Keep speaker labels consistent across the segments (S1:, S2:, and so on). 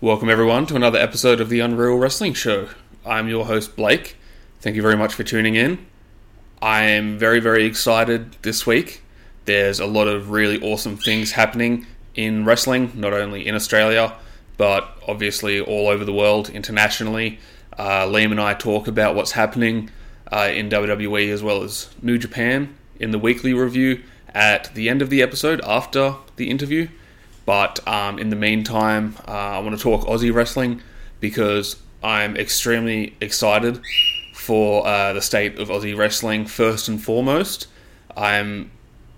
S1: Welcome, everyone, to another episode of the Unreal Wrestling Show. I'm your host, Blake. Thank you very much for tuning in. I am very, very excited this week. There's a lot of really awesome things happening in wrestling, not only in Australia, but obviously all over the world, internationally. Uh, Liam and I talk about what's happening uh, in WWE as well as New Japan in the weekly review at the end of the episode after the interview. But um, in the meantime, uh, I want to talk Aussie wrestling because I'm extremely excited for uh, the state of Aussie wrestling first and foremost. I'm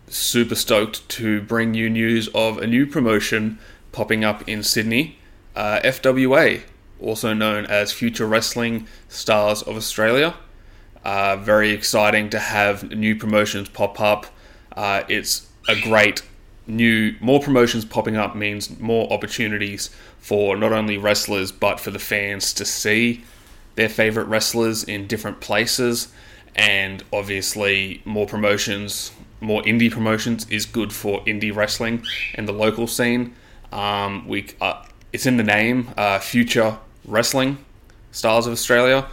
S1: super stoked to bring you news of a new promotion popping up in Sydney, uh, FWA, also known as Future Wrestling Stars of Australia. Uh, very exciting to have new promotions pop up. Uh, it's a great new, more promotions popping up means more opportunities for not only wrestlers but for the fans to see their favorite wrestlers in different places. And obviously, more promotions, more indie promotions is good for indie wrestling and the local scene. Um, we, uh, it's in the name, uh, Future Wrestling Stars of Australia.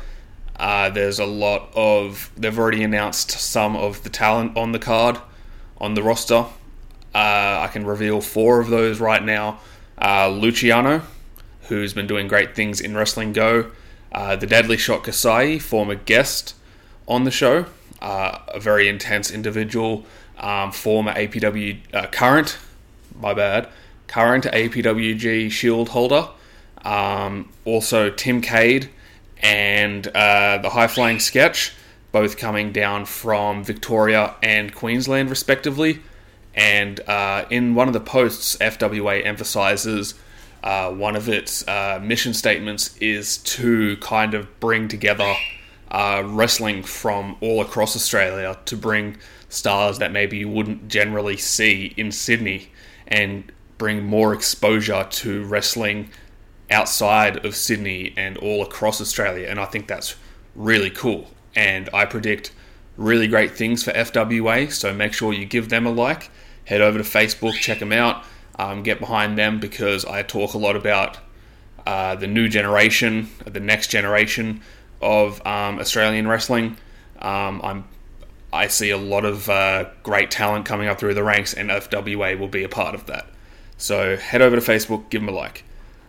S1: Uh, there's a lot of. They've already announced some of the talent on the card, on the roster. Uh, I can reveal four of those right now. Uh, Luciano, who's been doing great things in Wrestling Go. Uh, the Deadly Shot Kasai, former guest on the show. Uh, a very intense individual, um, former APW, uh, current, my bad, current APWG Shield holder. Um, also, Tim Cade and uh, the High Flying Sketch, both coming down from Victoria and Queensland, respectively. And uh, in one of the posts, FWA emphasizes uh, one of its uh, mission statements is to kind of bring together uh, wrestling from all across Australia to bring stars that maybe you wouldn't generally see in Sydney and bring more exposure to wrestling outside of Sydney and all across Australia. And I think that's really cool. And I predict really great things for FWA. So make sure you give them a like. Head over to Facebook, check them out, um, get behind them because I talk a lot about uh, the new generation, the next generation of um, Australian wrestling. Um, I'm I see a lot of uh, great talent coming up through the ranks, and FWA will be a part of that. So head over to Facebook, give them a like.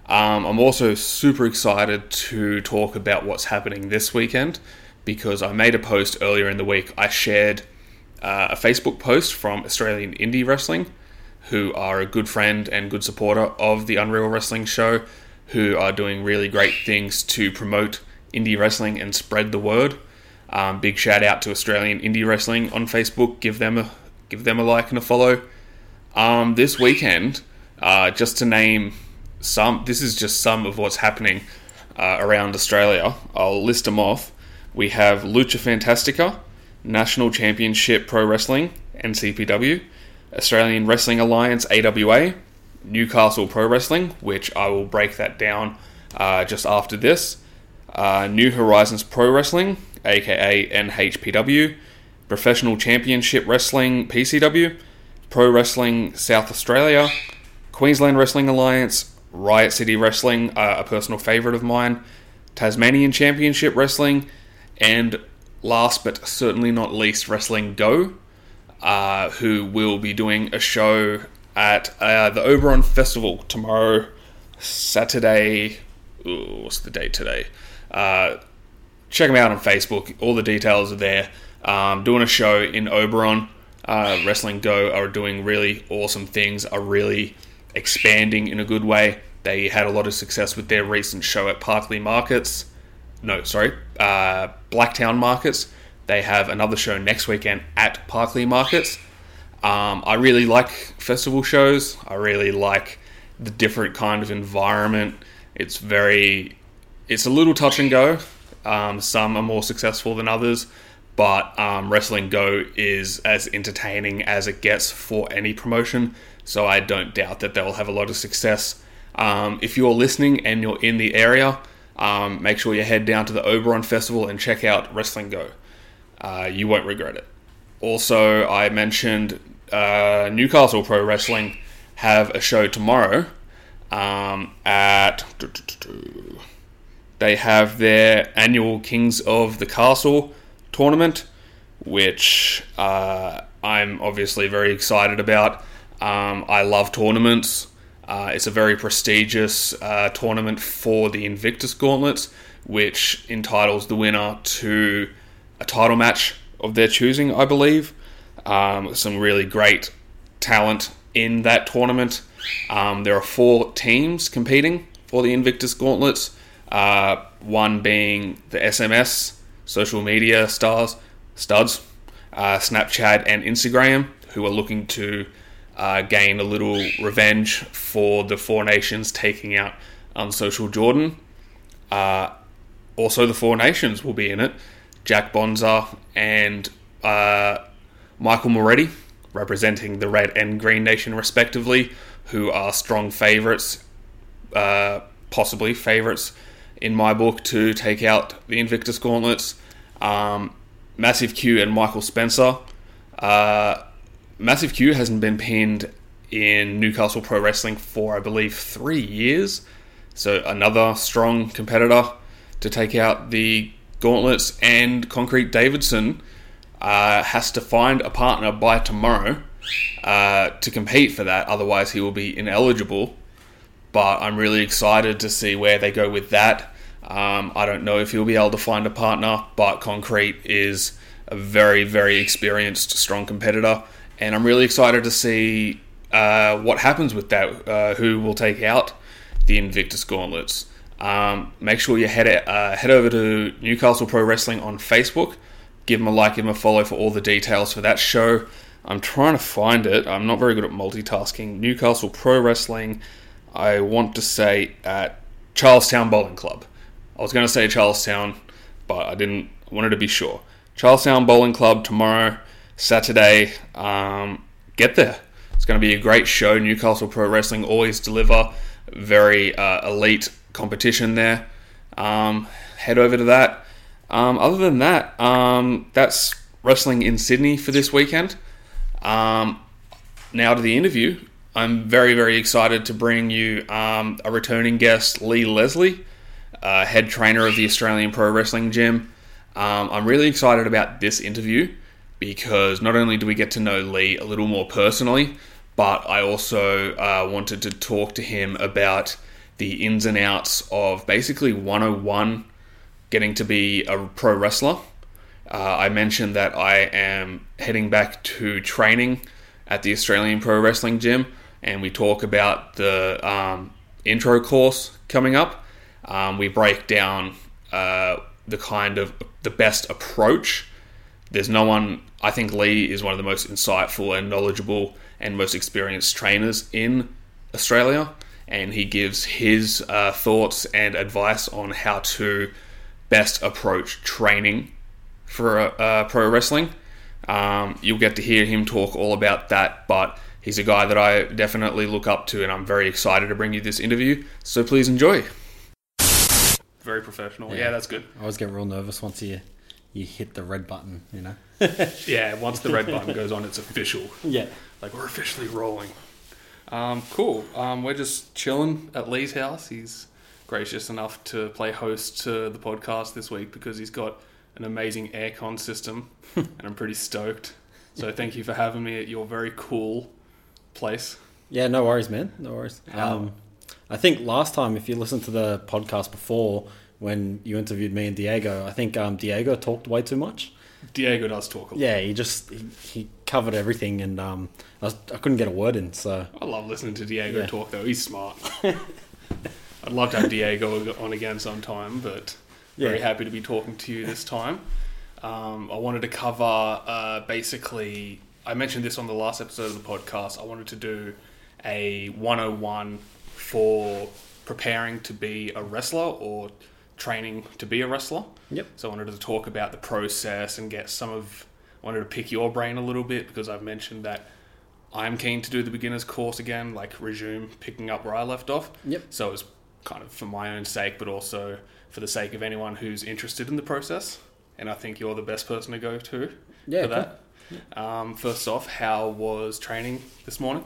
S1: Um, I'm also super excited to talk about what's happening this weekend because I made a post earlier in the week. I shared uh, a Facebook post from Australian Indie Wrestling, who are a good friend and good supporter of the Unreal Wrestling Show, who are doing really great things to promote indie wrestling and spread the word. Um, big shout out to Australian Indie Wrestling on Facebook. Give them a give them a like and a follow. Um, this weekend, uh, just to name some, this is just some of what's happening uh, around Australia. I'll list them off. We have Lucha Fantastica, National Championship Pro Wrestling (NCPW), Australian Wrestling Alliance (AWA), Newcastle Pro Wrestling, which I will break that down uh, just after this. Uh, New Horizons Pro Wrestling, aka NHPW, Professional Championship Wrestling (PCW), Pro Wrestling South Australia, Queensland Wrestling Alliance, Riot City Wrestling, uh, a personal favourite of mine, Tasmanian Championship Wrestling, and last but certainly not least, Wrestling Go, uh, who will be doing a show at uh, the Oberon Festival tomorrow, Saturday. Ooh, what's the date today? Uh, check them out on Facebook. All the details are there. Um, doing a show in Oberon. Uh, Wrestling Go are doing really awesome things, are really expanding in a good way. They had a lot of success with their recent show at Parkley Markets. No, sorry, uh, Blacktown Markets. They have another show next weekend at Parkley Markets. Um, I really like festival shows. I really like the different kind of environment. It's very it's a little touch and go. Um, some are more successful than others, but um, Wrestling Go is as entertaining as it gets for any promotion. So I don't doubt that they'll have a lot of success. Um, if you're listening and you're in the area, um, make sure you head down to the Oberon Festival and check out Wrestling Go. Uh, you won't regret it. Also, I mentioned uh, Newcastle Pro Wrestling have a show tomorrow. um, at they have their annual Kings of the Castle tournament, which uh, I'm obviously very excited about. Um, I love tournaments. Uh, it's a very prestigious uh, tournament for the Invictus Gauntlets, which entitles the winner to a title match of their choosing, I believe. Um, some really great talent in that tournament. Um, there are four teams competing for the Invictus Gauntlets, uh, one being the SMS, social media stars, studs, uh, Snapchat, and Instagram, who are looking to uh, gain a little revenge for the Four Nations taking out Unsocial Jordan. Uh, also, the Four Nations will be in it. Jack Bonza and uh, Michael Moretti, representing the Red and Green Nation respectively, who are strong favourites, uh, possibly favourites in my book, to take out the Invictus Gauntlets. Um, Massive Q and Michael Spencer. Uh, Massive Q hasn't been pinned in Newcastle Pro Wrestling for, I believe, three years. So another strong competitor to take out the gauntlets. And Concrete Davidson uh, has to find a partner by tomorrow uh, to compete for that. Otherwise, he will be ineligible. But I'm really excited to see where they go with that. Um, I don't know if he'll be able to find a partner, but Concrete is a very, very experienced, strong competitor and I'm really excited to see uh, what happens with that. Uh, who will take out the Invictus Gauntlets? Um, make sure you head uh, head over to Newcastle Pro Wrestling on Facebook. Give them a like, give them a follow for all the details for that show. I'm trying to find it. I'm not very good at multitasking. Newcastle Pro Wrestling. I want to say at Charlestown Bowling Club. I was going to say Charlestown, but I didn't. I wanted to be sure. Charlestown Bowling Club tomorrow. Saturday. Um, get there. It's going to be a great show. Newcastle Pro Wrestling always deliver very uh, elite competition there. Um, head over to that. Um, other than that, um, that's wrestling in Sydney for this weekend. Um, now to the interview. I'm very, very excited to bring you um, a returning guest, Lee Leslie, uh, head trainer of the Australian Pro Wrestling Gym. Um, I'm really excited about this interview because not only do we get to know Lee a little more personally, but I also uh, wanted to talk to him about the ins and outs of basically 101 getting to be a pro wrestler. Uh, I mentioned that I am heading back to training at the Australian Pro Wrestling Gym, and we talk about the um, intro course coming up. Um, we break down uh, the kind of the best approach there's no one. I think Lee is one of the most insightful and knowledgeable and most experienced trainers in Australia, and he gives his uh, thoughts and advice on how to best approach training for uh, pro wrestling. Um, you'll get to hear him talk all about that, but he's a guy that I definitely look up to, and I'm very excited to bring you this interview. So please enjoy. Very professional. Yeah,
S2: Yeah,
S1: that's good.
S2: I always get real nervous once you you hit the red button, you know.
S1: Yeah, once the red button goes on, it's official.
S2: Yeah.
S1: Like we're officially rolling. Um, cool. Um, we're just chilling at Lee's house. He's gracious enough to play host to the podcast this week because he's got an amazing aircon system, and I'm pretty stoked. So thank you for having me at your very cool place.
S2: Yeah, no worries, man. No worries. Um, I think last time, if you listened to the podcast before when you interviewed me and Diego, I think um, Diego talked way too much.
S1: Diego does talk a lot.
S2: Yeah, he just he, he covered everything, and um, I, was, I couldn't get a word in. So
S1: I love listening to Diego
S2: Yeah.
S1: talk though. He's smart. I'd love to have Diego on again sometime, but very
S2: Yeah.
S1: happy to be talking to you this time. Um, I wanted to cover uh, basically. I mentioned this on the last episode of the podcast. I wanted to do a 101 for preparing to be a wrestler or training to be a wrestler.
S2: Yep.
S1: So I wanted to talk about the process and get some of. I wanted to pick your brain a little bit because I've mentioned that I'm keen to do the beginner's course again, like resume picking up where I left off.
S2: Yep.
S1: So it's kind of for my own sake, but also for the sake of anyone who's interested in the process. And I think you're the best person to go to
S2: Yeah,
S1: for that. Um, first off, how was training this morning?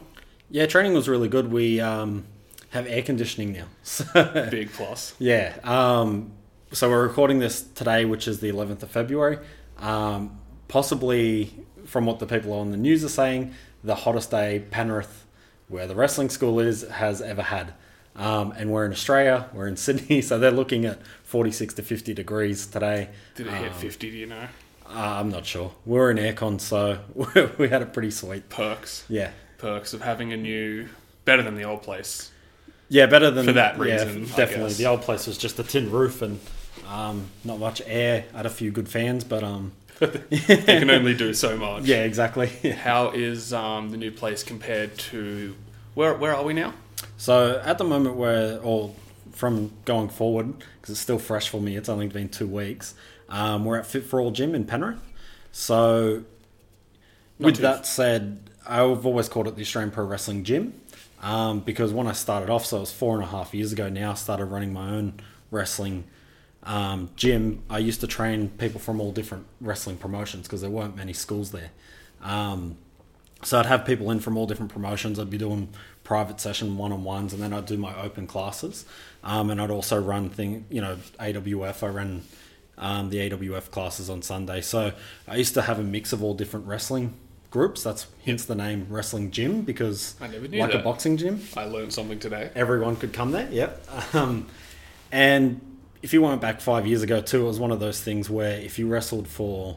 S2: yeah, training was really good. We um, have air conditioning now. So,
S3: Big plus.
S2: yeah. Um, so we're recording this today, which is the 11th of February. Um, possibly, from what the people on the news are saying, the hottest day Penrith, where the wrestling school is, has ever had. Um, and we're in Australia, we're in Sydney, so they're looking at 46 to 50 degrees today.
S3: Did it
S2: um,
S3: hit 50, do you know?
S2: Uh, I'm not sure. We were in aircon, so we had it pretty sweet.
S3: Perks.
S2: Yeah.
S3: Perks of having a new, better than the old place.
S2: Yeah, better than
S3: For that
S2: yeah,
S3: reason, I
S2: definitely,
S3: guess.
S2: the old place was just a tin roof and um, not much air. I had a few good fans, but um,
S3: You can only do so much.
S2: yeah, exactly.
S3: How is um, the new place compared to where? Where are we now?
S2: so at the moment, we're all from going forward because it's still fresh for me. It's only been two weeks. Um, we're at Fit for All Gym in Penrith. So with
S3: too-
S2: that said, I've always called it the Australian Pro Wrestling Gym um, because when I started off, so it was four and a half years ago now, I started running my own wrestling um, gym. I used to train people from all different wrestling promotions because there weren't many schools there. Um, so I'd have people in from all different promotions. I'd be doing private session one on ones, and then I'd do my open classes. Um, and I'd also run thing, you know, AWF. I ran um, the AWF classes on Sunday. So I used to have a mix of all different wrestling groups. That's hence the name wrestling gym because
S3: I never knew
S2: like a
S3: that.
S2: boxing gym
S3: I learned something today.
S2: everyone could come there. Yep. Um, and if you went back five years ago too, it was one of those things where if you wrestled for,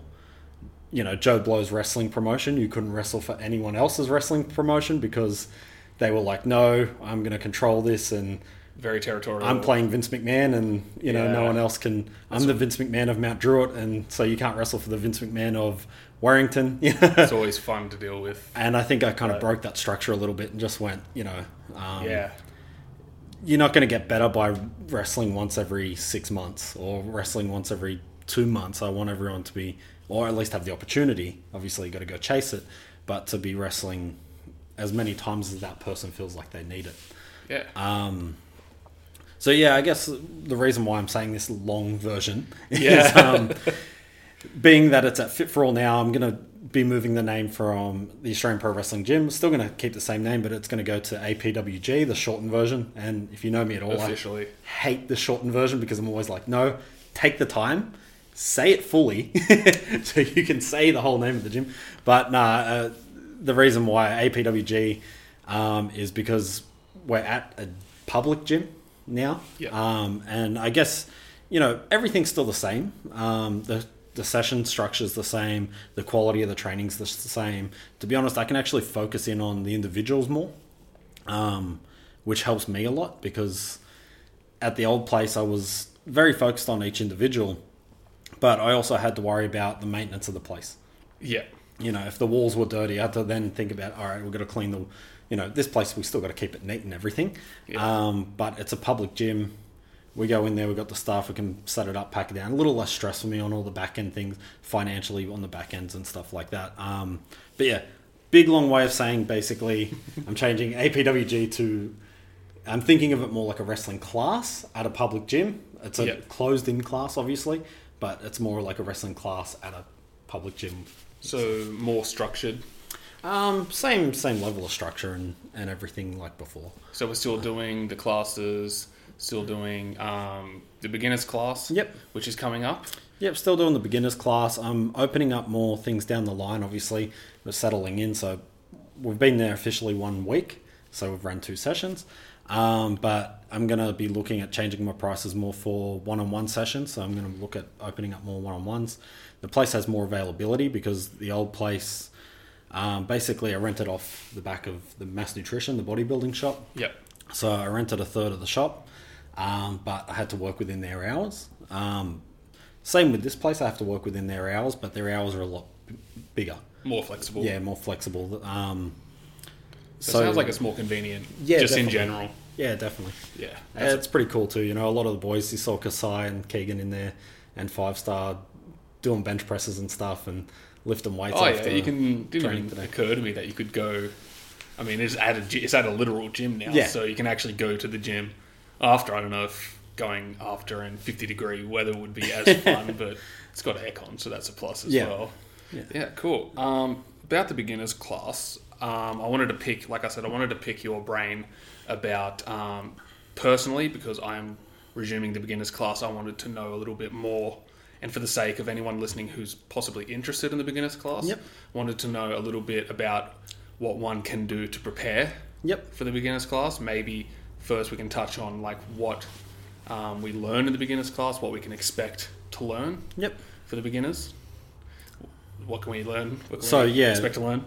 S2: you know, Joe Blow's wrestling promotion, you couldn't wrestle for anyone else's wrestling promotion because they were like, no, I'm going to control this and
S3: Very territorial.
S2: I'm playing Vince McMahon, and you know no
S3: Yeah.
S2: one else can. I'm the Vince McMahon of Mount Druitt, and so you can't wrestle for the Vince McMahon of Warrington.
S3: It's always fun to deal with.
S2: and I think I kind of broke that structure a little bit and just went, you know, um,
S3: Yeah.
S2: you're not going to get better by wrestling once every six months or wrestling once every two months. I want everyone to be, or at least have the opportunity. Obviously, you got to go chase it, but to be wrestling as many times as that person feels like they need it.
S3: Yeah.
S2: um, So yeah, I guess the reason why I'm saying this long version
S3: Yeah.
S2: is um, being that it's at Fit for All now. I'm gonna be moving the name from the Australian Pro Wrestling Gym. Still gonna keep the same name, but it's gonna go to APWG, the shortened version. And if you know me at all,
S3: Officially.
S2: I hate the shortened version because I'm always like, no, take the time, say it fully, so you can say the whole name of the gym. But nah, uh, the reason why APWG um, is because we're at a public gym now.
S3: Yeah.
S2: Um, and I guess, you know, everything's still the same. Um, the, the session structure's the same. The quality of the training's the same. To be honest, I can actually focus in on the individuals more, um, which helps me a lot because at the old place, I was very focused on each individual, but I also had to worry about the maintenance of the place
S3: yeah.
S2: you know, if the walls were dirty, I had to then think about, all right, we've got to clean the, you know, this place, we still got to keep it neat and everything. Um, but it's a public gym. We go in there, we've got the staff, we can set it up, pack it down. A little less stress for me on all the back end things, financially on the back ends and stuff like that. Um, but yeah, big long way of saying basically, I'm changing APWG to, I'm thinking of it more like a wrestling class at a public gym. It's a
S3: Yep.
S2: closed in class, obviously, but it's more like a wrestling class at a public gym
S3: So more structured.
S2: um, same same level of structure and, and everything like before.
S3: So we're still doing the classes. Still doing um, the beginners class.
S2: Yep.
S3: Which is coming up.
S2: Yep, still doing the beginners class. I'm opening up more things down the line. Obviously, we're settling in, so we've been there officially one week, so we've run two sessions. Um, but I'm gonna be looking at changing my prices more for one-on-one sessions. So I'm gonna look at opening up more one-on-ones. The place has more availability because the old place, um, basically, I rented off the back of the Mass Nutrition, the bodybuilding shop.
S3: Yep.
S2: So I rented a third of the shop, um, but I had to work within their hours. Um, same with this place, I have to work within their hours, but their hours are a lot b- bigger.
S3: More flexible.
S2: Yeah, more flexible. Um,
S3: So, it sounds like it's more convenient.
S2: Yeah,
S3: Just
S2: definitely.
S3: in general.
S2: yeah, definitely.
S3: Yeah.
S2: Yeah, it's pretty cool too. You know, a lot of the boys you saw Kasai and Keegan in there, and Five Star doing bench presses and stuff, and lifting weights.
S3: Oh yeah,
S2: after
S3: you can. Didn't
S2: training
S3: even
S2: today.
S3: occur to me that you could go. I mean, it's at a gy- it's at a literal gym now,
S2: Yeah.
S3: so you can actually go to the gym after. I don't know if going after in fifty degree weather would be as fun, but it's got aircon, so that's a plus as
S2: Yeah.
S3: well.
S2: Yeah.
S3: cool. Um, about the beginners class, um, I wanted to pick, like I said, I wanted to pick your brain
S1: about um, personally because I am resuming the beginners class. I wanted to know a little bit more, and for the sake of anyone listening who's possibly interested in the beginners class,
S2: Yep.
S1: wanted to know a little bit about what one can do to prepare
S2: Yep.
S1: for the beginners class. Maybe first we can touch on like what um, we learn in the beginners class, what we can expect to learn
S2: Yep.
S1: for the beginners. What can we learn? What can
S2: So,
S1: we
S2: yeah.
S1: expect to learn.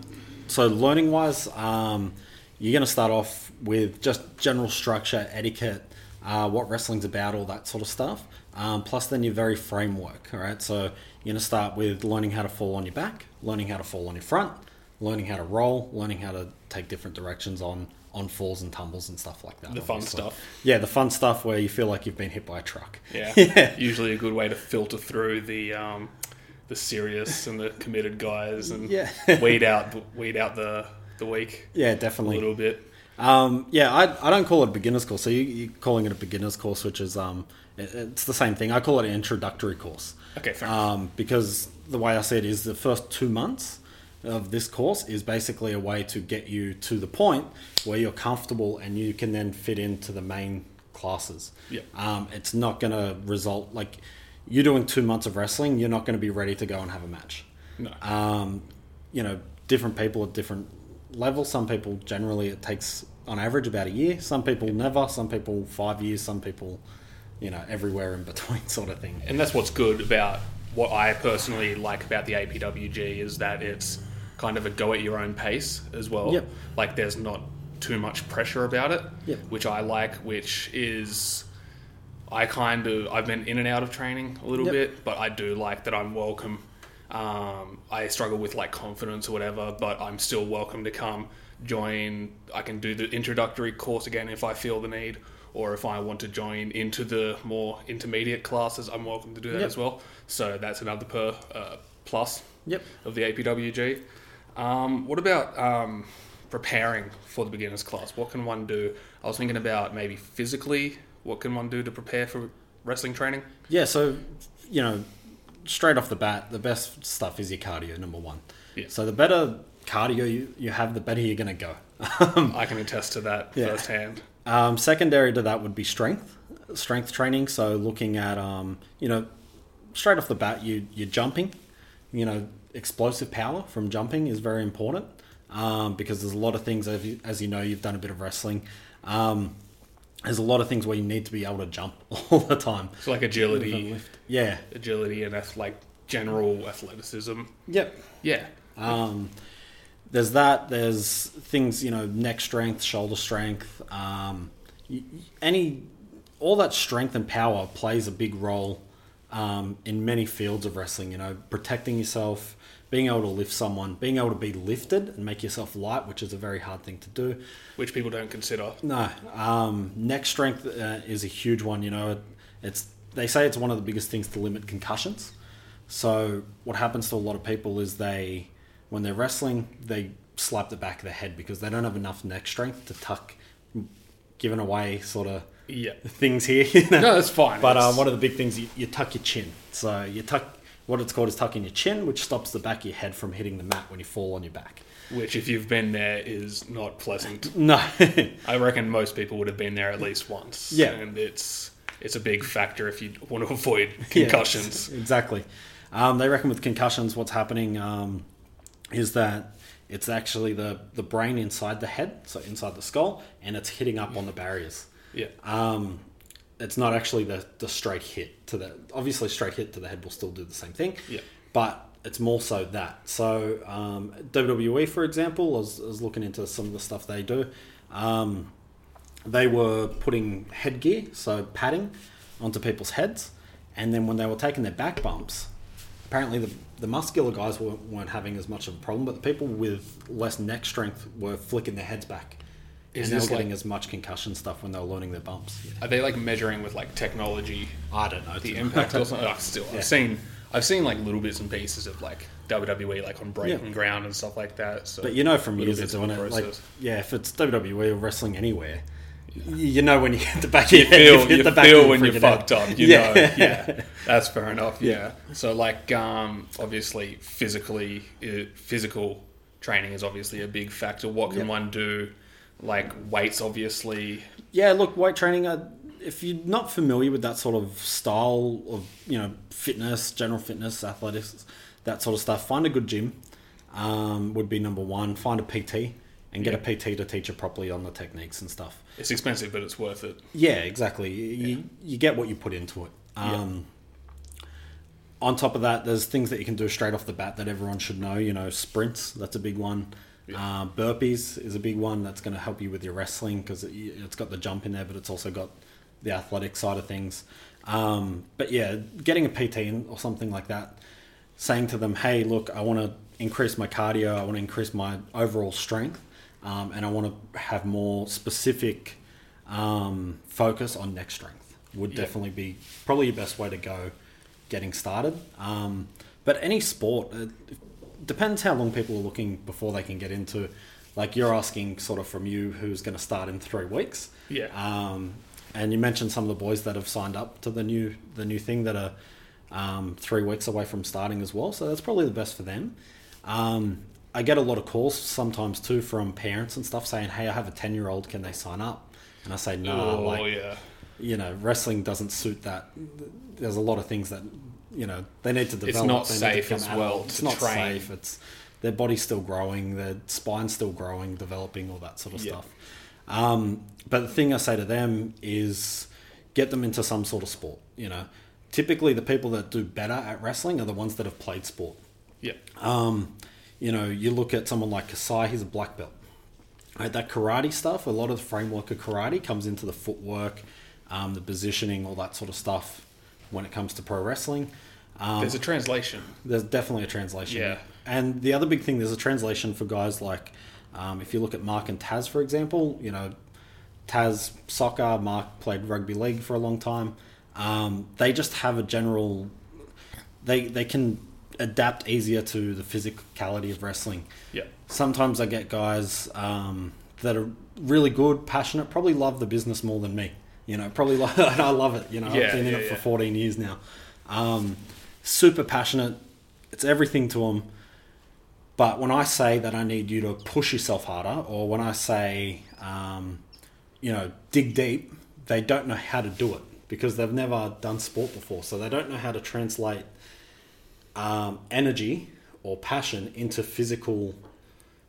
S2: So learning wise, um, you're going to start off with just general structure, etiquette, uh, what wrestling's about, all that sort of stuff. Um, plus, then your very framework. All right, so you're going to start with learning how to fall on your back, learning how to fall on your front, learning how to roll, learning how to take different directions on on falls and tumbles and stuff like that.
S1: The fun stuff.
S2: Yeah, the fun stuff where you feel like you've been hit by a truck.
S1: Yeah. Usually a good way to filter through the um, the serious and the committed guys and
S2: Yeah.
S1: weed out weed out the the weak
S2: Yeah,
S1: a
S2: definitely.
S1: little bit.
S2: Um, yeah, I, I don't call it a beginner's course. So you, you're calling it a beginner's course, which is um, it, it's the same thing. I call it an introductory course.
S1: Okay, fair enough.
S2: Um, because the way I see it is the first two months of this course is basically a way to get you to the point where you're comfortable and you can then fit into the main classes.
S1: Yeah.
S2: Um, it's not going to result like you doing two months of wrestling, you're not going to be ready to go and have a match
S1: No.
S2: um, you know, different people at different levels. Some people generally it takes on average about a year. Some people never. Some people five years. Some people, you know, everywhere in between sort of thing.
S1: and that's what's good about what I personally like about the APWG is that it's kind of a go at your own pace as well.
S2: Yep.
S1: Like there's not too much pressure about it,
S2: Yep.
S1: which I like, which is I kind of I've been in and out of training a little
S2: Yep.
S1: bit, but I do like that I'm welcome. Um, I struggle with like confidence or whatever, but I'm still welcome to come join. I can do the introductory course again if I feel the need, or if I want to join into the more intermediate classes, I'm welcome to do that
S2: Yep.
S1: as well. So that's another per uh, plus
S2: Yep.
S1: of the APWG. Um, what about um, preparing for the beginners class? What can one do? I was thinking about maybe physically. What can one do to prepare for wrestling training?
S2: Yeah. So, you know, straight off the bat, the best stuff is your cardio. Number one.
S1: Yeah.
S2: So the better cardio you, you have, the better you're going to go.
S1: I can attest to that
S2: Hmm. Yeah.
S1: firsthand.
S2: Um, secondary to that would be strength, strength training. So looking at, um, you know, straight off the bat, you you're jumping. You know, explosive power from jumping is very important um, because there's a lot of things as you, as you know you've done a bit of wrestling. Um, there's a lot of things where you need to be able to jump all the time.
S1: So like agility,
S2: Yeah.
S1: agility, and ath- like general athleticism.
S2: Yep.
S1: Yeah,
S2: Um, there's that. There's things you know, neck strength, shoulder strength. Um, y- y- any all that strength and power plays a big role um, in many fields of wrestling. You know, protecting yourself, being able to lift someone, being able to be lifted and make yourself light, which is a very hard thing to do.
S1: which people don't consider.
S2: No, um, neck strength uh, is a huge one. You know, it, it's they say it's one of the biggest things to limit concussions. So what happens to a lot of people is they, when they're wrestling, they slap the back of their head because they don't have enough neck strength to tuck, giving away sort of
S1: Yeah.
S2: things here. You know?
S1: No, that's fine.
S2: But uh,
S1: It's-
S2: one of the big things you, you tuck your chin. So you tuck what it's called is tucking your chin, which stops the back of your head from hitting the mat when you fall on your back.
S1: Which, if you've been there, is not pleasant.
S2: No.
S1: I reckon most people would have been there at least once.
S2: Yeah.
S1: and it's it's a big factor if you want to avoid concussions.
S2: Yes, exactly. Um, they reckon with concussions, what's happening um, is that it's actually the, the brain inside the head, so inside the skull, and it's hitting up on the barriers.
S1: Yeah,
S2: Um, it's not actually the, the straight hit to the. Obviously, straight hit to the head will still do the same thing.
S1: Yeah.
S2: But it's more so that. So um, WWE, for example, I was, I was looking into some of the stuff they do. Um, they were putting headgear, so padding, onto people's heads, and then when they were taking their back bumps, apparently the, the muscular guys weren't, weren't having as much of a problem, but the people with less neck strength were flicking their heads back.
S1: Is
S2: and they
S1: this
S2: were getting
S1: like-
S2: as much concussion stuff when they were learning their bumps.
S1: are they like measuring with like technology
S2: I don't know.
S1: the impact or something? Oh, still,
S2: Yeah.
S1: I've seen I've seen like little bits and pieces of like WWE like on breaking
S2: Yeah.
S1: ground and stuff like that. So
S2: But you know from
S1: little
S2: years of
S1: bits of
S2: doing
S1: the
S2: it, like
S1: process.
S2: yeah, if it's WWE or wrestling anywhere, y you know when you hit the back of your head,
S1: feel
S2: you've hit
S1: you
S2: the back
S1: feel
S2: of
S1: when
S2: your
S1: you're
S2: freaking head.
S1: fucked up. You
S2: Yeah.
S1: know, yeah, that's fair enough.
S2: Yeah.
S1: Yeah. So like, um, obviously, physically, uh, physical training is obviously a big factor. What can
S2: Yep.
S1: one do like weights, obviously.
S2: Yeah, look, weight training. Uh, if you're not familiar with that sort of style of you know fitness, general fitness, athletics, that sort of stuff, find a good gym. Um, would be number one. Find a PT and get a PT to teach you properly on the techniques and stuff.
S1: It's expensive, but it's worth it.
S2: Yeah, exactly. You you get what you put into it. Um, On top of that, there's things that you can do straight off the bat that everyone should know. You know, sprints. That's a big one. Uh, burpees is a big one. That's going to help you with your wrestling because it, it's got the jump in there, but it's also got the athletic side of things. Um, but yeah, getting a PT in or something like that, saying to them, "Hey, look, I want to increase my cardio. I want to increase my overall strength, um, and I want to have more specific." um, focus on neck strength would definitely be probably your best way to go getting started. Um, but any sport it depends how long people are looking before they can get into. Like you're asking, sort of from you, who's going to start in three weeks?
S1: Yeah.
S2: Um, and you mentioned some of the boys that have signed up to the new the new thing that are um, three weeks away from starting as well. So that's probably the best for them. Um, I get a lot of calls sometimes too from parents and stuff saying, "Hey, I have a ten year old. Can they sign up?" And I say, "No,
S1: oh
S2: like
S1: yeah,
S2: you know, wrestling doesn't suit that. There's a lot of things that you know they need to develop.
S1: not
S2: They need to
S1: safe
S2: become
S1: as well
S2: adult. It's
S1: to
S2: not
S1: train.
S2: safe. It's their body's still growing, their spine's still growing, developing, all that sort of
S1: Yeah.
S2: stuff. Um, but the thing I say to them is get them into some sort of sport. You know, typically the people that do better at wrestling are the ones that have played sport.
S1: yeah,
S2: Um, you know, you look at someone like Kasai, he's a black belt. Right, that karate stuff, a lot of the framework of karate comes into the footwork, um, the positioning, all that sort of stuff when it comes to pro wrestling. Um,
S1: there's a translation.
S2: there's definitely a translation.
S1: Yeah.
S2: And the other big thing, there's a translation for guys like, um, if you look at Mark and Taz, for example, you know, Taz soccer, Mark played rugby league for a long time. Um, they just have a general, they they can adapt easier to the physicality of wrestling.
S1: Yeah,
S2: Sometimes I get guys um, that are really good, passionate, probably love the business more than me. You know, probably love, and I love it. You know,
S1: Yeah,
S2: I've been in
S1: yeah,
S2: it for
S1: yeah.
S2: 14 years now. Um, super passionate. It's everything to them. But when I say that I need you to push yourself harder, or when I say, um, you know, dig deep, they don't know how to do it because they've never done sport before. So they don't know how to translate um, energy or passion into physical.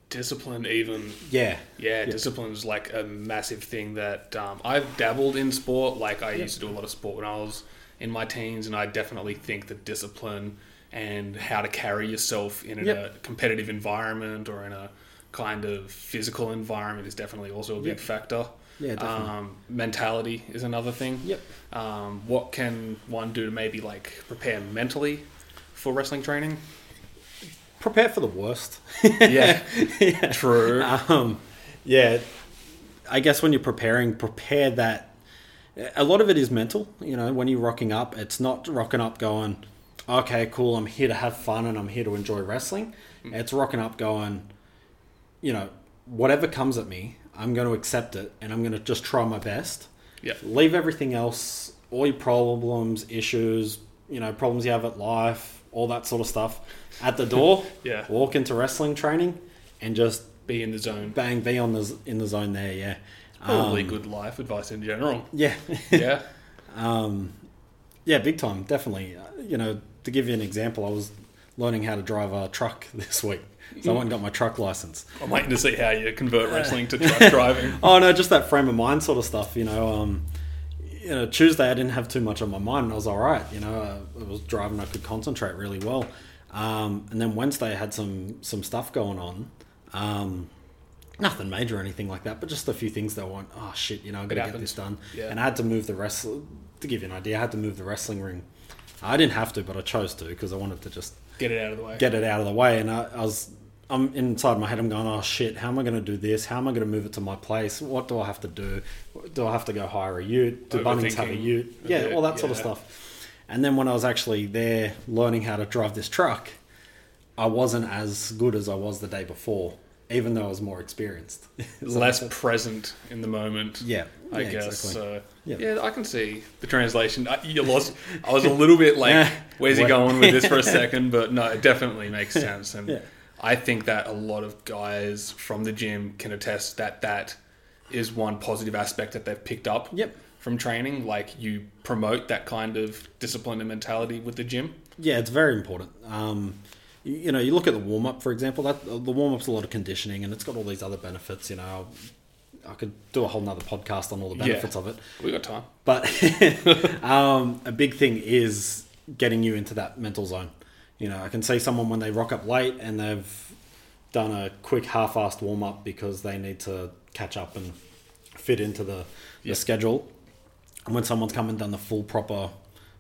S1: discipline even
S2: Yeah.
S1: Yeah, discipline is like a massive thing that um, I've dabbled in sport. Like I used to do a lot of sport when I was in my teens, and I definitely think that discipline and how to carry yourself in a
S2: Yep.
S1: competitive environment or in a kind of physical environment is definitely also a big factor.
S2: Yeah, definitely.
S1: Um, mentality is another thing.
S2: Yep.
S1: Um, what can one do to maybe like prepare mentally for wrestling training?
S2: Prepare for the worst.
S1: yeah, true.
S2: um, yeah, I guess when you're preparing, prepare that. A lot of it is mental. You know, when you're rocking up, it's not rocking up going, okay, cool, I'm here to have fun and I'm here to enjoy wrestling. It's rocking up going, you know, whatever comes at me, I'm going to accept it and I'm going to just try my best.
S1: Yeah.
S2: Leave everything else, all your problems, issues, you know, problems you have at life, all that sort of stuff at the door.
S1: Yeah.
S2: Walk into wrestling training and just
S1: Be in the zone.
S2: bang be on the z- in the zone there. Yeah.
S1: Probably
S2: Um,
S1: good life advice in general.
S2: Yeah.
S1: Yeah.
S2: yeah. Big time. Definitely. Uh, You know, to give you an example, I was learning how to drive a truck this week, so I went and got my truck license.
S1: I'm waiting to see how you convert wrestling to truck driving.
S2: Oh no, just that frame of mind sort of stuff. You know, um, you know, Tuesday I didn't have too much on my mind. and I was all right. You know, uh, I was driving. I could concentrate really well. Um, and then Wednesday I had some some stuff going on. Um, nothing major or anything like that, but just a few things that I went, oh shit, you know, I'm gonna get
S1: happens.
S2: this done.
S1: Yeah.
S2: And I had to move the wrestle. To give you an idea, I had to move the wrestling ring. I didn't have to, but I chose to because I wanted to just
S1: Get it out of the way.
S2: get it out of the way. And I, I was, I'm inside my head. I'm going, oh shit, how am I going to do this? How am I going to move it to my place? What do I have to do? Do I have to go hire a Ute? Do Bunnings have a
S1: Overthinking.
S2: Ute? Yeah,
S1: Yeah,
S2: all that sort of
S1: yeah.
S2: stuff. And then when I was actually there learning how to drive this truck, I wasn't as good as I was the day before, even though I was more experienced. So-
S1: Less present in the moment.
S2: Yeah,
S1: I
S2: yeah,
S1: guess.
S2: exactly.
S1: So,
S2: Yeah.
S1: yeah. I can see the translation. I, you lost. I was a little bit like,
S2: Nah.
S1: where's he
S2: What?
S1: going with this for a second? But no, it definitely makes sense. And
S2: Yeah.
S1: I think that a lot of guys from the gym can attest that that is one positive aspect that they've picked up
S2: Yep.
S1: from training. Like you promote that kind of discipline and mentality with the gym.
S2: Yeah, it's very important. Um, you, you know, you look at the warm up, for example. That uh, the warm up's a lot of conditioning, and it's got all these other benefits. You know, I could do a whole nother podcast on all the benefits of it.
S1: We got time.
S2: But um, a big thing is getting you into that mental zone. You know, I can see someone when they rock up late and they've done a quick half-assed warm-up because they need to catch up and fit into the, the schedule. And when someone's come and done the full proper,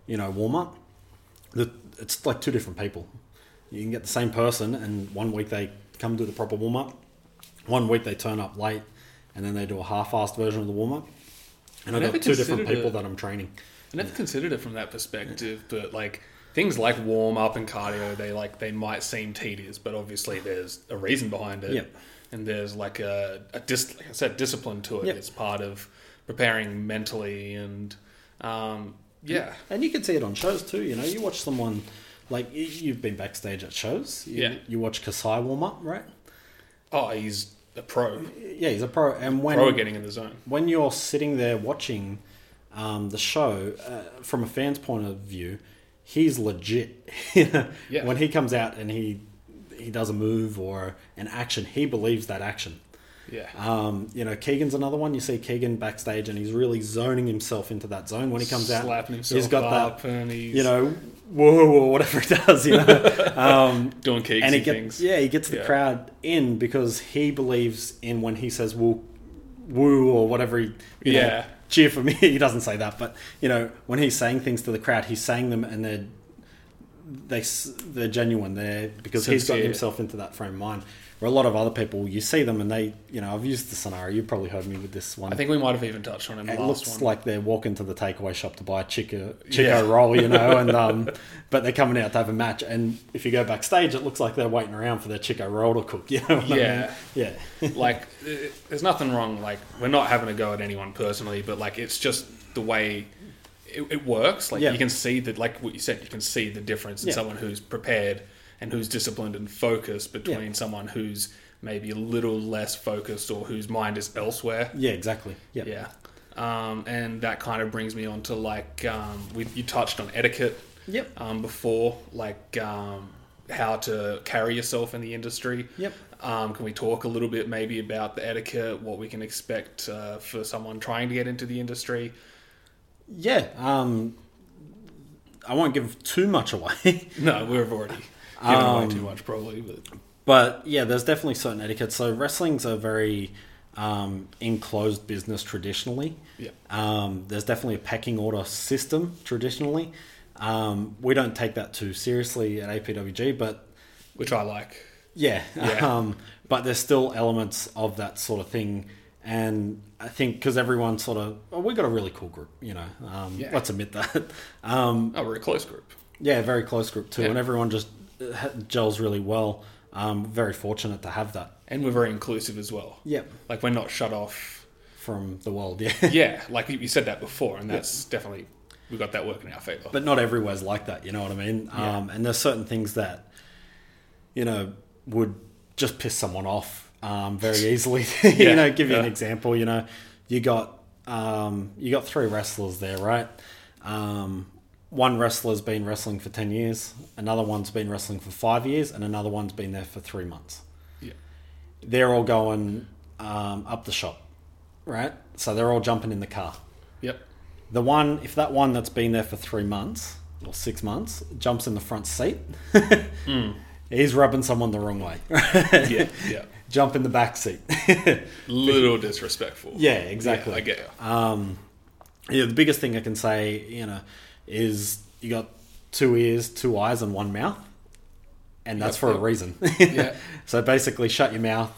S2: you know, warm-up, the, it's like two different people. You can get the same person and one week they come do the proper warm-up, one week they turn up late and then they do a half-assed version of the warm-up. And I've
S1: never
S2: got two different
S1: considered
S2: people
S1: it.
S2: that I'm training.
S1: I never considered it from that perspective, but like things like warm up and cardio, they like they might seem tedious, but obviously there's a reason behind it,
S2: Yep.
S1: and there's like a, a dis, like I said, discipline to it.
S2: Yep.
S1: It's part of preparing mentally, and um, yeah,
S2: And you can see it on shows too. You know, you watch someone like you, you've been backstage at shows. You,
S1: Yeah.
S2: You watch Kasai warm up, right?
S1: oh, he's a pro,
S2: Yeah, he's a pro. And when
S1: pro at getting in the zone.
S2: when you're sitting there watching um, the show uh, from a fan's point of view, he's legit.
S1: Yeah.
S2: When he comes out and he he does a move or an action, he believes that action.
S1: Yeah,
S2: Um, you know, Keegan's another one. You see Keegan backstage, and he's really zoning himself into that zone. When he comes out,
S1: slapping himself
S2: he's got
S1: up,
S2: that,
S1: and he's
S2: you know, whoa or whatever he does. You know, um,
S1: doing kicks and,
S2: and he gets
S1: things.
S2: yeah, he gets the
S1: Yeah.
S2: crowd in because he believes in when he says "woo, woo" or whatever. He, you know,
S1: Yeah.
S2: cheer for me. he doesn't say that, but you know, when he's saying things to the crowd, he's saying them and they're they s- they're genuine there because he's got
S1: Sincere.
S2: himself into that frame of mind. Where a lot of other people, you see them and they, you know, I've used the scenario. You've probably heard me with this one.
S1: I think we might have even touched on him
S2: It
S1: last
S2: looks
S1: one.
S2: like they're walking to the takeaway shop to buy a chico, chico
S1: Yeah.
S2: roll, you know, and um, but they're coming out to have a match. And if you go backstage, it looks like they're waiting around for their chico roll to cook. You know what I mean?
S1: Yeah.
S2: Yeah,
S1: like it- there's nothing wrong like we're not having a go at anyone personally but like it's just the way it, it works like
S2: Yeah.
S1: you can see that like what you said you can see the difference in
S2: Yeah.
S1: someone who's prepared and who's disciplined and focused between
S2: Yeah.
S1: someone who's maybe a little less focused or whose mind is elsewhere
S2: yeah, exactly. Yeah,
S1: yeah um, and that kind of brings me on to like um, we, you touched on etiquette
S2: Yep.
S1: um, before like um, how to carry yourself in the industry
S2: Yep.
S1: um, can we talk a little bit maybe about the etiquette what we can expect uh, for someone trying to get into the industry
S2: yeah. Um, I won't give too much away,
S1: no we've already given away
S2: Um,
S1: too much probably but
S2: but yeah, there's definitely certain etiquette. So wrestling's a very um, enclosed business traditionally.
S1: yeah
S2: Um, there's definitely a pecking order system traditionally. Um, we don't take that too seriously at APWG, but
S1: which i like
S2: yeah,
S1: Yeah.
S2: Um, but there's still elements of that sort of thing. And I think because everyone sort of, well, we got a really cool group, you know. Um,
S1: Yeah.
S2: Let's admit that. Um,
S1: oh we're a close group
S2: yeah, very close group too,
S1: Yeah.
S2: and everyone just uh, gels really well. Um, very fortunate to have that.
S1: and we're very inclusive as well
S2: Yep.
S1: like we're not shut off
S2: From the world, yeah.
S1: yeah like you you said that before and that's definitely we got that working in our favor
S2: but not everywhere's like that. You know what I mean? Um, and there's certain things that, you know, would just piss someone off um, very easily. you
S1: Yeah,
S2: know, give you an
S1: yeah.
S2: example. You know, you got um, you got three wrestlers there, right? Um, one wrestler's been wrestling for ten years, another one's been wrestling for five years, and another one's been there for three months
S1: yeah
S2: they're all going um, up the shop, right? So they're all jumping in the car.
S1: yep
S2: The one, if that one that's been there for three months or six months jumps in the front seat,
S1: Hmm.
S2: he's rubbing someone the wrong way.
S1: yeah yeah
S2: Jump in the back seat.
S1: little disrespectful
S2: yeah, exactly.
S1: i get you
S2: yeah, the biggest thing I can say, you know, is you got two ears, two eyes, and one mouth, and that's
S1: Yep,
S2: for a
S1: yep.
S2: reason.
S1: Yeah.
S2: So basically, shut your mouth,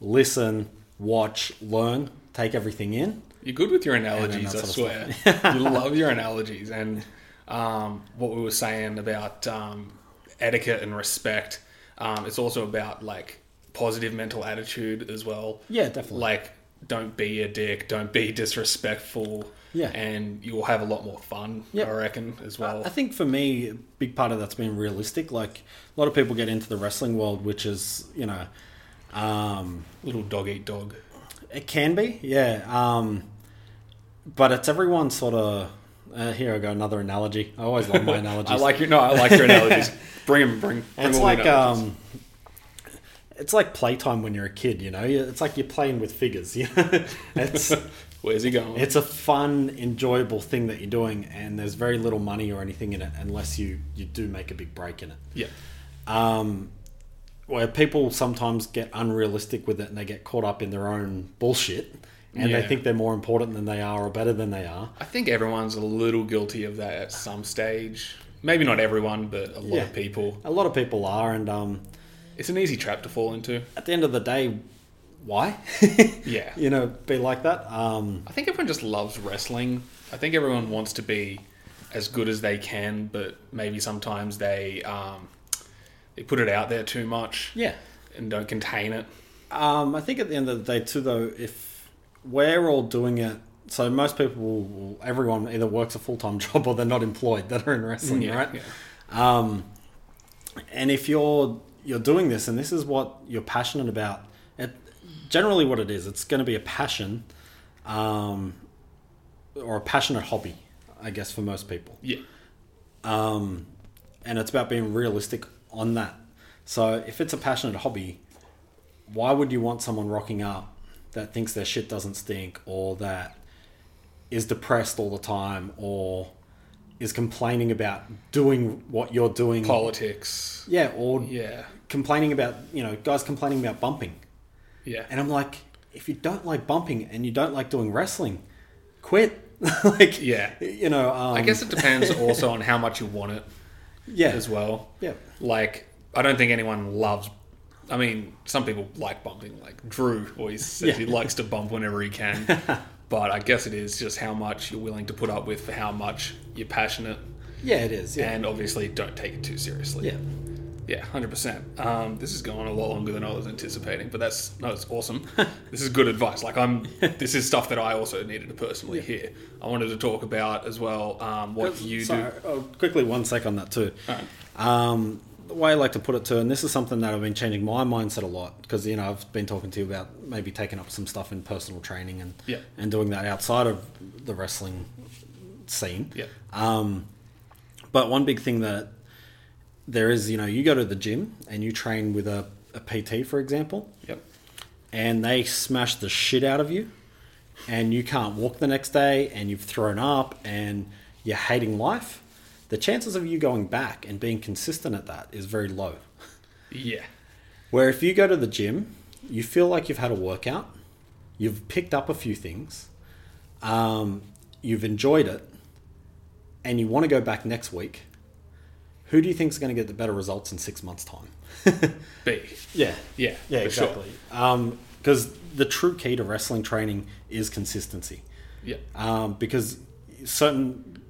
S2: listen, watch, learn, take everything in.
S1: You're good with your
S2: then
S1: analogies, I
S2: that sort
S1: swear. you love your analogies. And um, what we were saying about um, etiquette and respect, um, it's also about like positive mental attitude as well.
S2: Yeah, definitely.
S1: Like, don't be a dick, don't be disrespectful.
S2: Yeah.
S1: And you'll have a lot more fun,
S2: Yep.
S1: I reckon, as well.
S2: I think for me, a big part of that's been realistic. Like a lot of people get into the wrestling world, which is you know, um,
S1: Little dog eat dog.
S2: It can be, yeah. Um, but it's everyone sort of. Uh, here I go, another analogy. I always love my analogies.
S1: I like your no, I like your analogies. bring them, bring. bring
S2: it's
S1: all the
S2: like
S1: analogies.
S2: um, it's like playtime when you're a kid. You know, You- it's like you're playing with figures. You know, it's
S1: where's he going?
S2: it's a fun, enjoyable thing that you're doing, and there's very little money or anything in it unless you you do make a big break in it.
S1: yeah,
S2: um, where people sometimes get unrealistic with it and they get caught up in their own bullshit and they
S1: Yeah.
S2: think they're more important than they are or better than they are.
S1: I think everyone's a little guilty of that at some stage. Maybe not everyone, but a lot
S2: Yeah.
S1: of people.
S2: A lot of people are, and um,
S1: It's an easy trap to fall into.
S2: at the end of the day, why?
S1: Yeah.
S2: you know, be like that. Um,
S1: I think everyone just loves wrestling. I think everyone wants to be as good as they can, but maybe sometimes they um, they put it out there too much
S2: yeah.
S1: and don't contain it.
S2: Um, I think at the end of the day, too, though, if we're all doing it, so most people, will, everyone either works a full time job or they're not employed that are in wrestling,
S1: Yeah,
S2: Mm, right?
S1: yeah.
S2: Um, and if you're you're doing this, and this is what you're passionate about, it, generally what it is, it's going to be a passion, um, or a passionate hobby, I guess, for most people.
S1: Yeah.
S2: Um, and it's about being realistic on that. So if it's a passionate hobby, why would you want someone rocking up that thinks their shit doesn't stink or that is depressed all the time or is complaining about doing what you're doing?
S1: Politics.
S2: Yeah, or
S1: Yeah.
S2: complaining about, you know, guys complaining about bumping.
S1: Yeah.
S2: And I'm like, if you don't like bumping and you don't like doing wrestling, quit. like,
S1: Yeah.
S2: you know, um,
S1: I guess it depends also on how much you want it
S2: yeah,
S1: as well.
S2: Yeah.
S1: Like, I don't think anyone loves. I mean, some people like bumping. Like Drew always says
S2: Yeah.
S1: he likes to bump whenever he can. but I guess it is just how much you're willing to put up with for how much you're passionate,
S2: yeah, it is. Yeah,
S1: and obviously don't take it too seriously.
S2: yeah.
S1: Yeah, hundred percent. Um, this is going a lot longer than I was anticipating, but that's no, it's awesome. this is good advice. Like I'm, this is stuff that I also needed to personally hear. I wanted to talk about as well um, what you do.
S2: Sorry, oh, quickly one sec on that too. Um, the way I like to put it too, and this is something that I've been changing my mindset a lot because you know I've been talking to you about maybe taking up some stuff in personal training and
S1: Yeah.
S2: and doing that outside of the wrestling scene.
S1: Yeah,
S2: Um, but one big thing that there is, you know, you go to the gym and you train with a, a PT, for example,
S1: yep,
S2: and they smash the shit out of you and you can't walk the next day and you've thrown up and you're hating life, the chances of you going back and being consistent at that is very low.
S1: yeah,
S2: Where if you go to the gym, you feel like you've had a workout, you've picked up a few things, um, you've enjoyed it, and you want to go back next week, who do you think is going to get the better results in six months' time?
S1: B,
S2: yeah.
S1: yeah,
S2: Yeah,
S1: for sure.
S2: exactly. Because the true key to wrestling training is consistency.
S1: Yeah,
S2: Um, because certain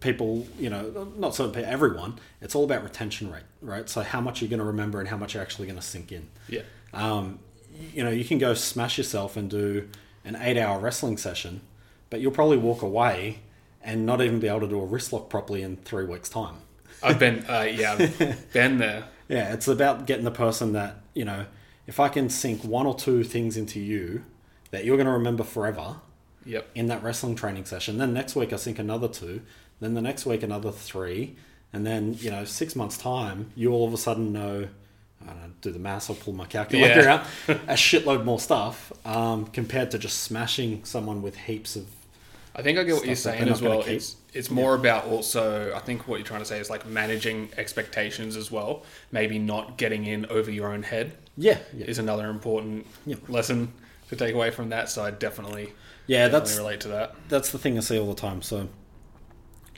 S2: people, you know, not certain people, everyone, it's all about retention rate, right? So how much you're going to remember and how much you're actually going to sink in.
S1: yeah,
S2: Um, you know, you can go smash yourself and do an eight hour wrestling session, but you'll probably walk away and not even be able to do a wrist lock properly in three weeks' time.
S1: I've been, uh, yeah, I've been there.
S2: Yeah, it's about getting the person that, you know, if I can sink one or two things into you that you're going to remember forever
S1: Yep,
S2: in that wrestling training session, then next week I sink another two, then the next week another three, and then, you know, six months' time, you all of a sudden know, I don't know, do the maths, I'll pull my calculator
S1: Yeah.
S2: out, a shitload more stuff um, compared to just smashing someone with heaps of.
S1: I think I get what you're
S2: Stuff that
S1: saying
S2: they're
S1: as
S2: not gonna
S1: well.
S2: keep.
S1: It's it's more about also I think what you're trying to say is like managing expectations as well. Maybe not getting in over your own head
S2: Yeah, yeah,
S1: is another important
S2: Yep.
S1: lesson to take away from that. So I definitely
S2: yeah
S1: definitely
S2: that's
S1: relate to that.
S2: that's the thing I see all the time. So,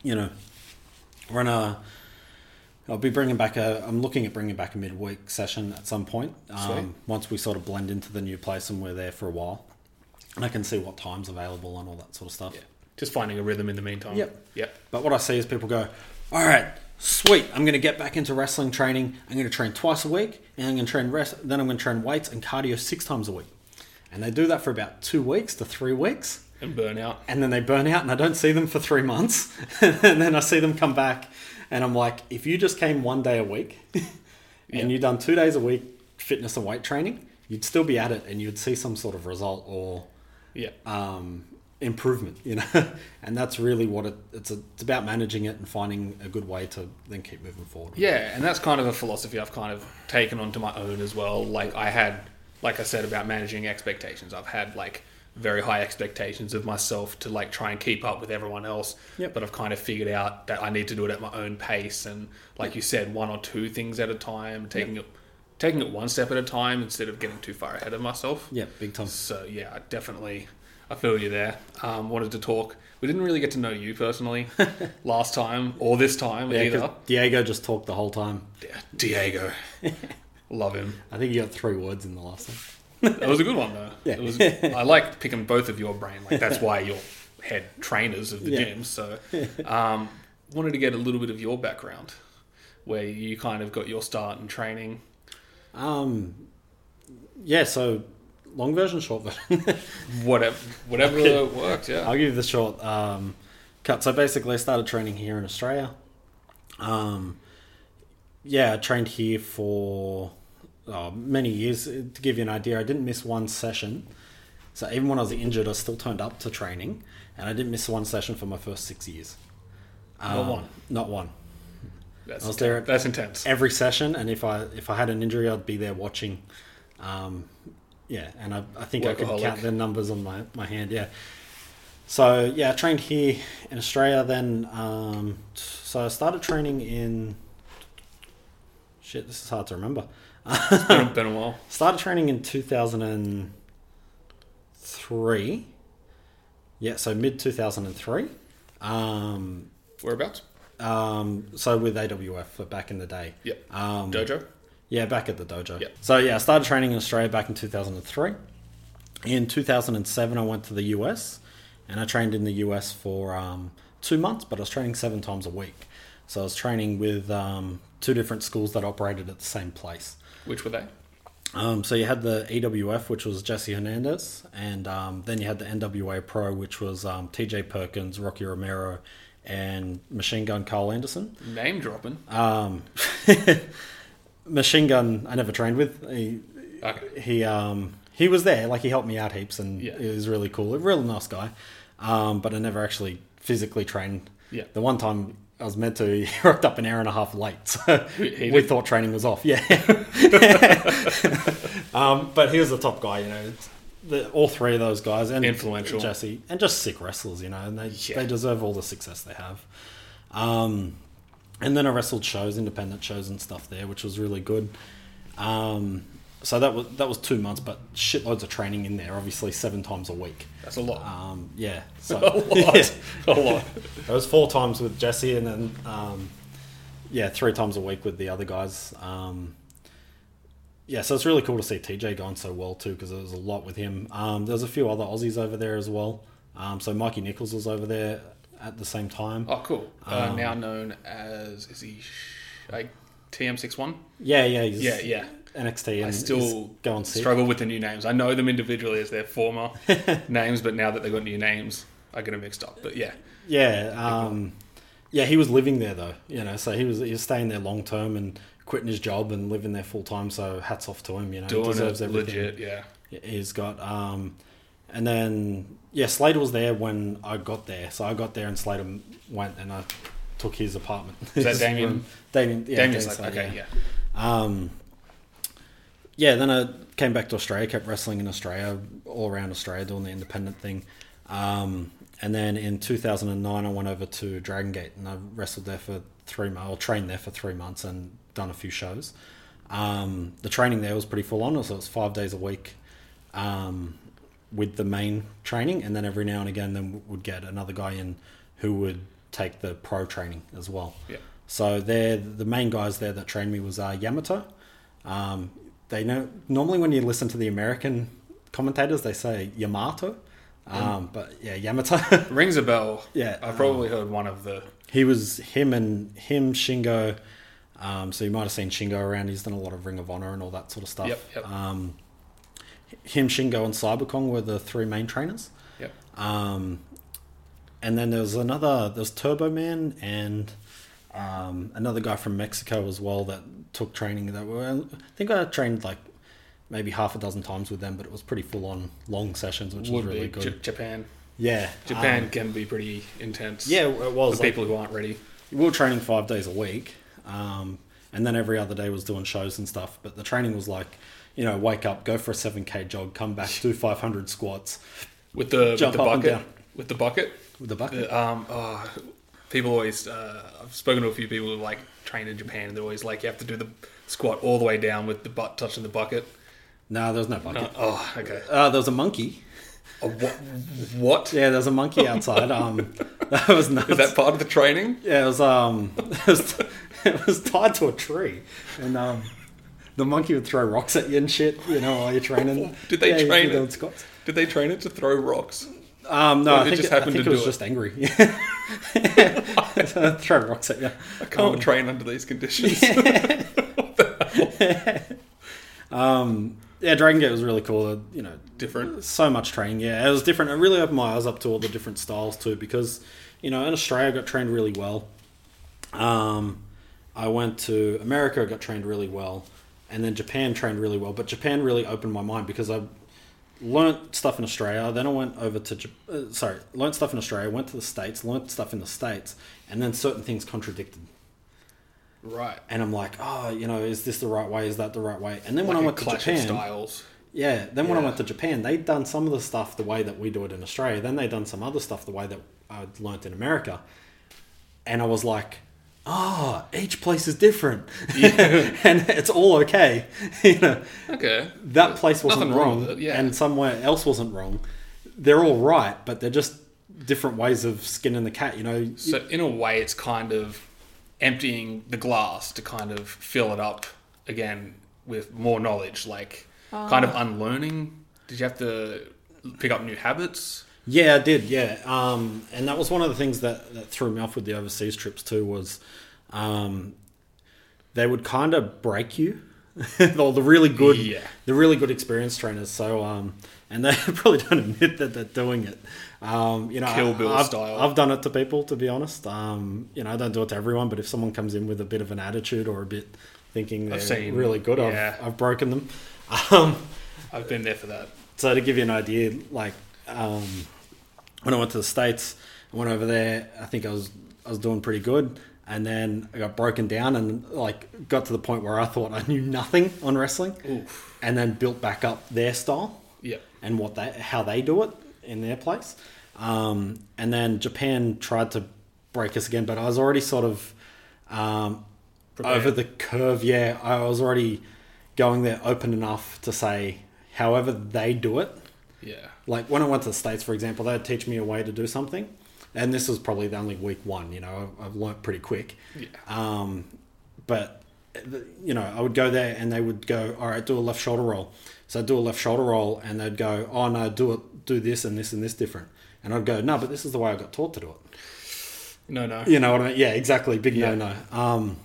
S2: you know, we're in a. I'll be bringing back a. I'm looking at bringing back a midweek session at some point. Um,
S1: Sweet.
S2: once we sort of blend into the new place and we're there for a while, and I can see what time's available and all that sort of stuff.
S1: Yeah. Just finding a rhythm in the meantime.
S2: Yep.
S1: Yep.
S2: But what I see is people go, all right, sweet, I'm going to get back into wrestling training. I'm going to train twice a week, and I'm going to train rest. Then I'm going to train weights and cardio six times a week, and they do that for about two weeks to three weeks
S1: And burnout.
S2: and then they burn out and I don't see them for three months. and then I see them come back and I'm like, if you just came one day a week and you done two days a week fitness and weight training, you'd still be at it and you'd see some sort of result or
S1: Yeah.
S2: um, improvement, you know, and that's really what it, it's, a, it's about managing it and finding a good way to then keep moving forward.
S1: Yeah, and that's kind of a philosophy I've kind of taken onto my own as well. Like I had, like I said about managing expectations, I've had like very high expectations of myself to like try and keep up with everyone else.
S2: Yep.
S1: But I've kind of figured out that I need to do it at my own pace, and like you said, one or two things at a time, taking it, taking it one step at a time instead of getting too far ahead of myself.
S2: Yeah, big time.
S1: So yeah, I definitely, I feel you there. Um, wanted to talk. We didn't really get to know you personally last time or this time
S2: Yeah, 'cause
S1: either.
S2: Diego just talked the whole time.
S1: Diego. Love him.
S2: I think he got three words in the last one.
S1: That was a good one though.
S2: Yeah.
S1: It was, I like picking both of your brain. Like that's why you're head trainers of the
S2: Yeah.
S1: gym. So um, wanted to get a little bit of your background, where you kind of got your start in training.
S2: Um, yeah, so long version, short version.
S1: Whatever, whatever worked. Yeah.
S2: I'll give you the short um, cut. So basically, I started training here in Australia. Um, yeah, I trained here for oh, many years. To give you an idea, I didn't miss one session. So even when I was injured, I still turned up to training, and I didn't miss one session for my first six years.
S1: Not
S2: Um,
S1: one.
S2: Not one.
S1: That's,
S2: I was
S1: inten-
S2: there at-
S1: that's intense.
S2: Every session, and if I if I had an injury, I'd be there watching. Um, yeah, and I, I think I could
S1: Workaholic.
S2: count the numbers on my, my hand. Yeah. So yeah, I trained here in Australia. Then um, so I started training in. Shit, this is hard to remember.
S1: It's been, been a while.
S2: Started training in two thousand and three. Yeah, so mid two thousand and three. Um,
S1: Whereabouts?
S2: um, so with AWF, but back in the day.
S1: Yep.
S2: Um,
S1: Dojo.
S2: yeah, back at the dojo.
S1: Yeah.
S2: So yeah, I started training in Australia back in 2003. In 2007, I went to the US, and I trained in the US for um, two months, but I was training seven times a week. So I was training with um, two different schools that operated at the same place.
S1: Which were they?
S2: Um, so you had the EWF, which was Jesse Hernandez, and um, then you had the NWA Pro, which was um, TJ Perkins, Rocky Romero, and Machine Gun Carl Anderson.
S1: Name dropping.
S2: Um, Machine Gun, I never trained with. He,
S1: okay.
S2: he um he was there like he helped me out heaps and
S1: Yeah.
S2: it was really cool a real nice guy um but i never actually physically trained
S1: Yeah.
S2: the one time i was meant to he rocked up an hour and a half late so
S1: he
S2: we
S1: did.
S2: thought training was off yeah um but he was the top guy you know it's the, all three of those guys and
S1: Influential.
S2: jesse and just sick wrestlers you know and they,
S1: Yeah.
S2: they deserve all the success they have um and then I wrestled shows, independent shows and stuff there, which was really good. Um, so that was that was two months, but shitloads of training in there. Obviously, seven times a week.
S1: That's a lot.
S2: Um, yeah, so
S1: a lot.
S2: yeah.
S1: A lot.
S2: I was four times with Jesse, and then um, yeah, three times a week with the other guys. Um, yeah, so it's really cool to see TJ going so well too, because there was a lot with him. Um, there was a few other Aussies over there as well. Um, so Mikey Nichols was over there at the same time.
S1: Oh, cool.
S2: Um,
S1: Uh, now known as is he sh- like TM61?
S2: Yeah, yeah, he's-
S1: Yeah, yeah.
S2: NXT. And
S1: I
S2: still
S1: still
S2: go on sick.
S1: struggle with the new names. I know them individually as their former names, but now that they've got new names, I get them mixed up. But yeah,
S2: Yeah, um, yeah. He was living there though, you know. So he was he was staying there long term and quitting his job and living there full time. So hats off to him, you know.
S1: doing
S2: he deserves
S1: it
S2: everything
S1: legit. Yeah,
S2: he's got. Um, and then yeah, Slater was there when I got there. So I got there and Slater went and I took his apartment.
S1: Is that
S2: His
S1: Damien?
S2: room. Damien, yeah,
S1: Damien's
S2: Damien
S1: like,
S2: Slater,
S1: okay, yeah.
S2: um, yeah, then I came back to Australia, kept wrestling in Australia, all around Australia, doing the independent thing. Um, and then in 2009, I went over to Dragon Gate and I wrestled there for three months, or trained there for three months and done a few shows. Um, the training there was pretty full on, so it was five days a week um, with the main training. And then every now and again, then would get another guy in who would take the pro training as well.
S1: Yeah.
S2: So there, the main guys there that trained me was uh, Yamato. Um, they know normally when you listen to the American commentators, they say Yamato,
S1: Mm.
S2: um, but yeah, Yamato.
S1: Rings a bell.
S2: Yeah, um,
S1: I probably heard one of the.
S2: he was him and him Shingo. Um, so you might have seen Shingo around. He's done a lot of Ring of Honor and all that sort of stuff.
S1: Yep, yep.
S2: Um, him, Shingo, and Cyberkong were the three main trainers.
S1: Yeah,
S2: Um, and then there was another, there's Turbo Man and um, another guy from Mexico as well that took training that were, I think I trained like maybe half a dozen times with them, but it was pretty full on long sessions, which was
S1: Would
S2: really
S1: be
S2: good.
S1: J- Japan.
S2: yeah,
S1: Japan
S2: um,
S1: can be pretty intense.
S2: yeah, it
S1: for
S2: was. like,
S1: people who aren't ready.
S2: we were training five days a week, um, and then every other day was doing shows and stuff. But the training was like, you know, wake up, go for a seven k jog, come back, do five hundred squats
S1: With the with
S2: Jump
S1: the
S2: up and
S1: bucket.
S2: down.
S1: With the bucket.
S2: with the bucket.
S1: The, um, oh, people always. Uh, I've spoken to a few people who like train in Japan. and They're always like, you have to do the squat all the way down with the butt touching the bucket.
S2: No, there was no bucket.
S1: Oh, okay.
S2: Uh, there was a monkey.
S1: Oh, what? what?
S2: Yeah, there was a monkey outside. Um, that was nuts.
S1: Is that part of the training?
S2: Yeah, it was um, it was, it was tied to a tree, and um, the monkey would throw rocks at you and shit. You know, while you're training.
S1: Did they
S2: yeah,
S1: train
S2: you
S1: it?
S2: did old squats.
S1: Did they train it to throw rocks?
S2: Um, no,
S1: Or
S2: I
S1: they
S2: think,
S1: just
S2: it, I
S1: happened
S2: think
S1: to
S2: it
S1: do
S2: was
S1: it?
S2: just angry. Yeah. throw rocks at you.
S1: I
S2: Oh.
S1: can't train under these conditions.
S2: Yeah, Dragon Gate was really cool. uh, You know,
S1: Different.
S2: so much training. Yeah, it was different. It really opened my eyes up to all the different styles too, because you know in Australia I got trained really well. Um, I went to America, got trained really well, and then Japan trained really well. But Japan really opened my mind because I learnt stuff in Australia. Then I went over to Jap- uh, sorry, learnt stuff in Australia, went to the states, learnt stuff in the states, and then certain things contradicted.
S1: Right.
S2: And I'm like, oh, you know, is this the right way? Is that the right way? And then
S1: Like
S2: when I
S1: a
S2: went to
S1: clash
S2: Japan,
S1: of styles.
S2: yeah. Then when I
S1: Yeah.
S2: went to Japan, they'd done some of the stuff the way that we do it in Australia. Then they'd done some other stuff the way that I'd learnt in America. And I was like, ah, each place is different. and it's all okay. you know,
S1: Okay.
S2: that place wasn't
S1: nothing wrong
S2: wrong,
S1: with it, yeah.
S2: and somewhere else wasn't wrong. They're all right, but they're just different ways of skinning the cat, you know.
S1: So in a way, it's kind of emptying the glass to kind of fill it up again with more knowledge, like kind
S2: Ah.
S1: of unlearning. Did you have to pick up new habits?
S2: Yeah, I did. Yeah, um, and that was one of the things that, that threw me off with the overseas trips too was um, they would kind of break you. the, the really good,
S1: Yeah.
S2: the really good experienced trainers. So, um, and they probably don't admit that they're doing it. Um, you know,
S1: Kill Bill
S2: I've,
S1: style.
S2: I've done it to people, to be honest. Um, you know, I don't do it to everyone, but if someone comes in with a bit of an attitude or a bit thinking they're
S1: seen-
S2: really good,
S1: yeah.
S2: I've, I've broken them. Um,
S1: I've been there for that.
S2: so to give you an idea, like um, when I went to the states, I went over there. I think I was I was doing pretty good, and then I got broken down and like got to the point where I thought I knew nothing on wrestling, and then built back up their style
S1: Yep.
S2: and what they how they do it in their place. Um, and then Japan tried to break us again, but I was already sort of um,
S1: Prepared.
S2: over the curve. Yeah, I was already going there open enough to say, however they do it.
S1: Yeah.
S2: Like when I went to the states, for example, they'd teach me a way to do something, and this was probably the only week one. You know, I've, I've learnt pretty quick.
S1: Yeah.
S2: Um, but you know, I would go there and they would go, "All right, do a left shoulder roll." So I'd do a left shoulder roll, and they'd go, "Oh no, do it, do this and this and this different." And I'd go, "No, but this is the way I got taught to do it."
S1: No, no.
S2: You know what I mean? Yeah, exactly. Big no no. Um,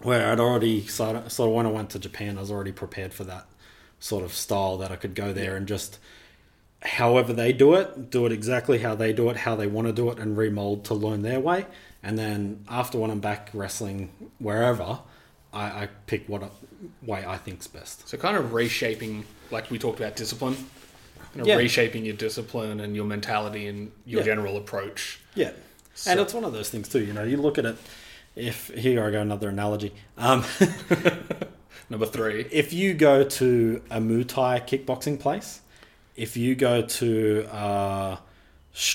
S2: where I'd already sort of, sort of when I went to Japan, I was already prepared for that sort of style that I could go there and just however they do it, do it exactly how they do it, how they want to do it, and remold to learn their way. And then after when I'm back wrestling wherever, I, I pick what I, way I think's best.
S1: So kind of reshaping, like we talked about discipline, kind of
S2: Yeah.
S1: reshaping your discipline and your mentality and your
S2: Yeah.
S1: general approach.
S2: Yeah, and it's one of those things too. You know, you look at it. If here I go another analogy. Um,
S1: Number three.
S2: if you go to a Muay Thai kickboxing place, if you go to a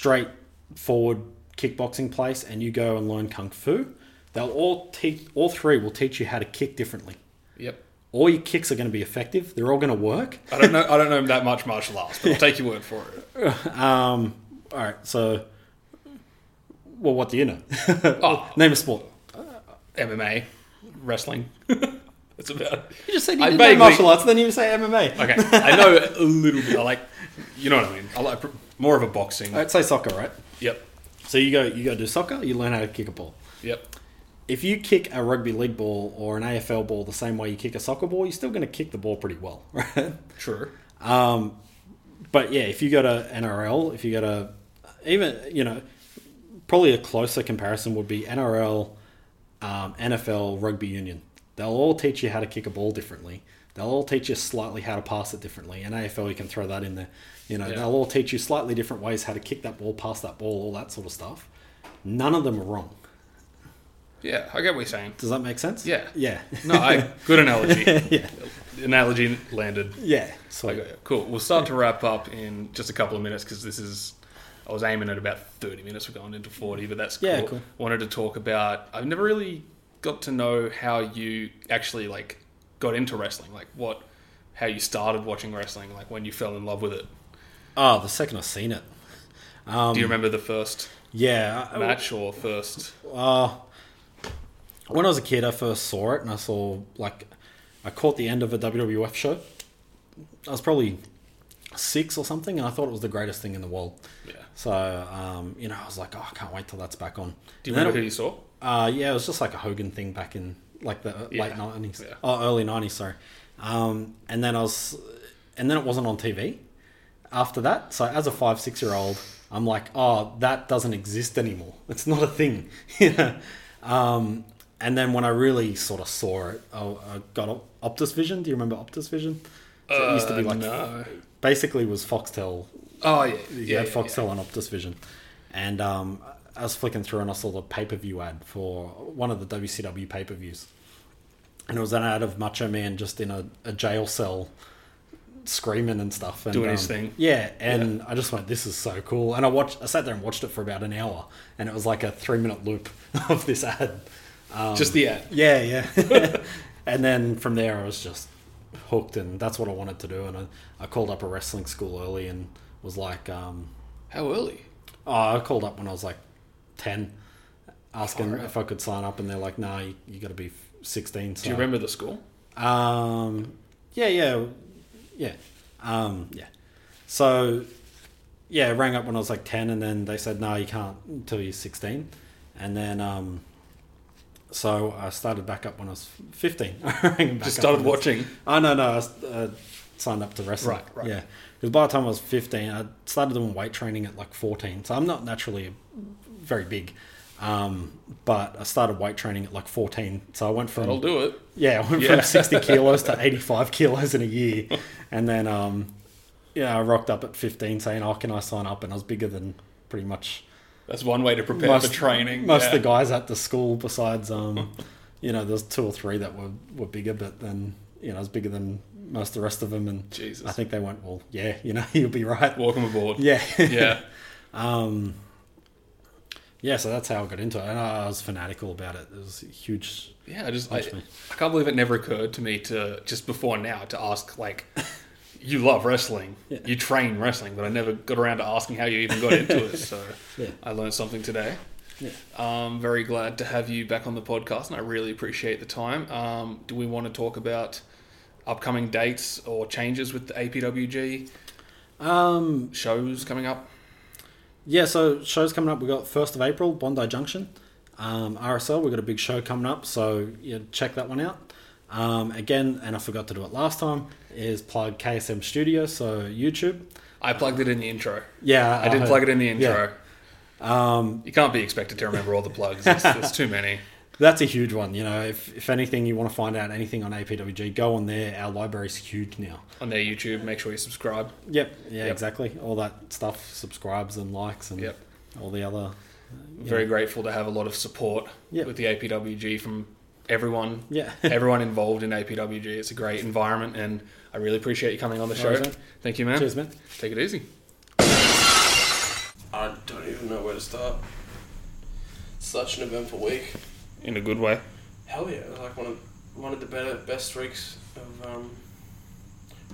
S2: straightforward kickboxing place and you go and learn kung fu, they'll all teach. All three will teach you how to kick differently.
S1: Yep.
S2: All your kicks are going to be effective. They're all going to work.
S1: I don't know. I don't know that much martial arts, but I'll take your word for it.
S2: Um, all right, so. Well, what do you know?
S1: Oh,
S2: Name a sport.
S1: MMA, wrestling. That's about.
S2: You just said you
S1: I
S2: didn't
S1: vaguely-
S2: know martial arts, then you say MMA.
S1: Okay, I know a little bit. I like, you know what I mean. I like pr- more of a boxing.
S2: All right, say soccer, right?
S1: Yep,
S2: So you go, you go do soccer. You learn how to kick a ball.
S1: yep.
S2: if you kick a rugby league ball or an AFL ball the same way you kick a soccer ball, you're still going to kick the ball pretty well, right?
S1: True.
S2: But yeah, if you go to NRL, if you go to even you know, probably a closer comparison would be NRL, um, NFL, rugby union. They'll all teach you how to kick a ball differently. They'll all teach you slightly how to pass it differently. And AFL, you can throw that in there. You know, they'll all teach you slightly different ways how to kick that ball, pass that ball, all that sort of stuff. None of them are wrong.
S1: Yeah, I get what you're saying.
S2: Does that make sense?
S1: Yeah.
S2: Yeah.
S1: No, I, good analogy.
S2: yeah.
S1: analogy landed.
S2: Yeah. So
S1: Okay, cool. We'll start to wrap up in just a couple of minutes because this is. I was aiming at about 30 minutes. We're going into 40, but that's cool.
S2: Yeah, cool.
S1: Wanted to talk about. I've never really got to know how you actually like got into wrestling. Like what, how you started watching wrestling. Like when you fell in love with it.
S2: Oh, the second I seen it.
S1: Do you remember the first
S2: Yeah. Um, I-
S1: match or first?
S2: Uh, when I was a kid, I first saw it, and I saw like I caught the end of a WWF show. I was probably six or something, and I thought it was the greatest thing in the world.
S1: Yeah.
S2: So um, you know, I was like, oh, I can't wait till that's back on.
S1: Do you
S2: And then
S1: remember
S2: it-
S1: who you saw?
S2: uh, yeah, it was just like a Hogan thing back in like the
S1: Yeah.
S2: late nineties,
S1: Yeah.
S2: oh, early nineties, sorry. Um, and then I was, and then it wasn't on TV after that. So as a five, six year old, I'm like, oh, that doesn't exist anymore. It's not a thing. yeah. Um, and then when I really sort of saw it, I, I got Op- Optus Vision. Do you remember Optus Vision? So it used to be
S1: Uh,
S2: like,
S1: no.
S2: basically was Foxtel
S1: Oh yeah,
S2: you
S1: yeah,
S2: had
S1: yeah,
S2: Foxtel and Optus Vision. And um, I was flicking through and I saw the pay per view ad for one of the WCW pay per views. And it was an ad of Macho Man just in a, a jail cell screaming and stuff. And, um,
S1: Doing his thing.
S2: Yeah. And I just went, this is so cool. And I watched, I sat there and watched it for about an hour. And it was like a three minute loop of this ad.
S1: yeah. Just the ad.
S2: Yeah, yeah. and then from there, I was just hooked, and that's what I wanted to do. And I, I called up a wrestling school early and was like, um,
S1: How early?
S2: Oh, I called up when I was like 10, asking if I could sign up, and they're like, nah, you, you got to be 16. So.
S1: Do you remember the school?
S2: Um, yeah, yeah, yeah, um, yeah. So, yeah, I rang up when I was like 10, and then they said, no, you can't until you're 16. And then, um, so I started back up when I was 15. I rang them back
S1: Just
S2: up
S1: started
S2: when I was-
S1: watching.
S2: Oh no, no, I uh, signed up to wrestling.
S1: Right, right.
S2: Yeah, because by the time I was fifteen, I started doing weight training at like fourteen. So I'm not naturally very big, um, but I started weight training at like fourteen. So I went from
S1: I'll do it.
S2: yeah, I went
S1: Yeah.
S2: from sixty kilos to eighty-five kilos in a year, and then um, yeah, I rocked up at fifteen saying, "Oh, can I sign up?" And I was bigger than pretty much
S1: That's one way to prepare for training.
S2: most
S1: yeah.
S2: of the guys at the school, besides um, you know, there's two or three that were were bigger, but then you know, I was bigger than most of the rest of them, and
S1: Jesus.
S2: I think they went, well, yeah, you know, you'll be right.
S1: Welcome aboard.
S2: yeah, Um,
S1: Yeah.
S2: yeah. So that's how I got into it, and I was fanatical about it. It was huge.
S1: Yeah, I just I,
S2: Watch me.
S1: I can't believe it never occurred to me to just before now to ask like you love wrestling,
S2: Yeah.
S1: you train wrestling, but I never got around to asking how you even got into it. So
S2: Yeah.
S1: I learned something today.
S2: Yeah.
S1: I'm very glad to have you back on the podcast, and I really appreciate the time. Um, do we want to talk about upcoming dates or changes with the APWG
S2: Um,
S1: shows coming up?
S2: Yeah, so shows coming up. We've got 1st of April, Bondi Junction. Um, RSL, we've got a big show coming up, so yeah, check that one out. Um, again, and I forgot to do it last time, is plug KSM Studio, so YouTube.
S1: I plugged it in the intro.
S2: Yeah.
S1: I did
S2: heard-
S1: plug it in the intro.
S2: yeah. Um,
S1: You can't be expected to remember all the plugs. There's, there's too many.
S2: that's a huge one. You know, if, if anything you want to find out anything on APWG, go on there. Our library's huge now.
S1: on their YouTube. Make sure you subscribe.
S2: Yep. Yeah,
S1: Yep.
S2: exactly. All that stuff, subscribes and likes and
S1: Yep.
S2: all the other.
S1: Very grateful to have a lot of support
S2: Yep.
S1: with the APWG from everyone.
S2: Yeah.
S1: everyone involved in APWG. It's a great environment, and I really appreciate you coming on the
S2: No
S1: show.
S2: worries, man.
S1: Thank you, man.
S2: Cheers, man.
S1: Take it easy.
S4: I don't even know where to start. Such an eventful week.
S1: In a good way.
S4: Hell yeah, it was like one of one of the better best weeks of um,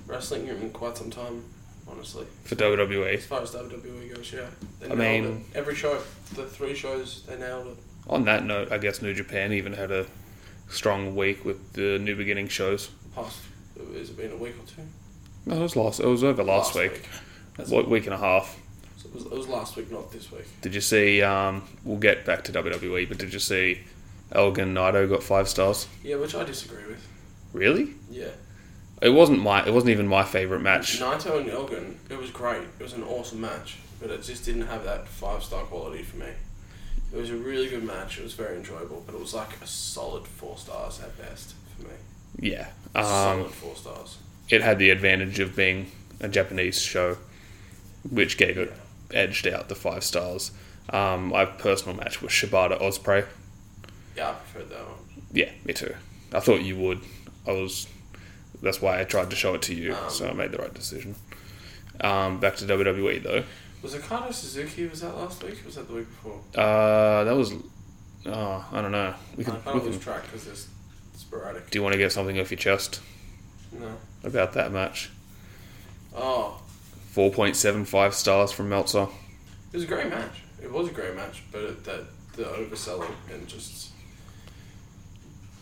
S4: wrestling in quite some time. Honestly,
S5: for E.
S4: as
S5: WWE.
S4: far as WWE goes, yeah, they
S5: I
S4: nailed
S5: mean-
S4: it. every show, the three shows, they nailed it.
S5: On that note, I guess New Japan even had a strong week with the New Beginning shows.
S4: Past, has it been a week or two?
S5: No, it was last. It was over last, week. What week and a half?
S4: So it, was, it was last week, not this week.
S5: Did you see? Um, we'll get back to
S1: E,
S5: WWE, but did you see Elgin Naito got five stars?
S4: Yeah, which I disagree with.
S5: Really?
S4: Yeah,
S5: It wasn't my. It wasn't even my favorite match.
S4: Naito and Elgin, it was great. It was an awesome match, but it just didn't have that five star quality for me. It was a really good match. It was very enjoyable, but it was like a solid four stars at best for me.
S1: yeah. Um,
S4: Solid four stars.
S1: it had the advantage of being a Japanese show, which gave it edged out the five stars. Um, my personal match was Shibata Osprey.
S4: Yeah, I preferred that one.
S1: Yeah, me too. I thought you would. I was. That's why I tried to show it to you,
S4: Um,
S1: so I made the right decision. Um, back to WWE though.
S4: Was Okada Suzuki, was that last week? Or was that the week before?
S1: Uh, that was. Oh, I don't know. We
S4: I
S1: can,
S4: kind
S1: we
S4: of
S1: can,
S4: lose track because it's sporadic.
S1: do you want to get something off your chest
S4: No.
S1: about that match?
S4: Oh,
S1: 4.75 stars from Meltzer.
S4: it was a great match. It was a great match, but it, that the overselling and just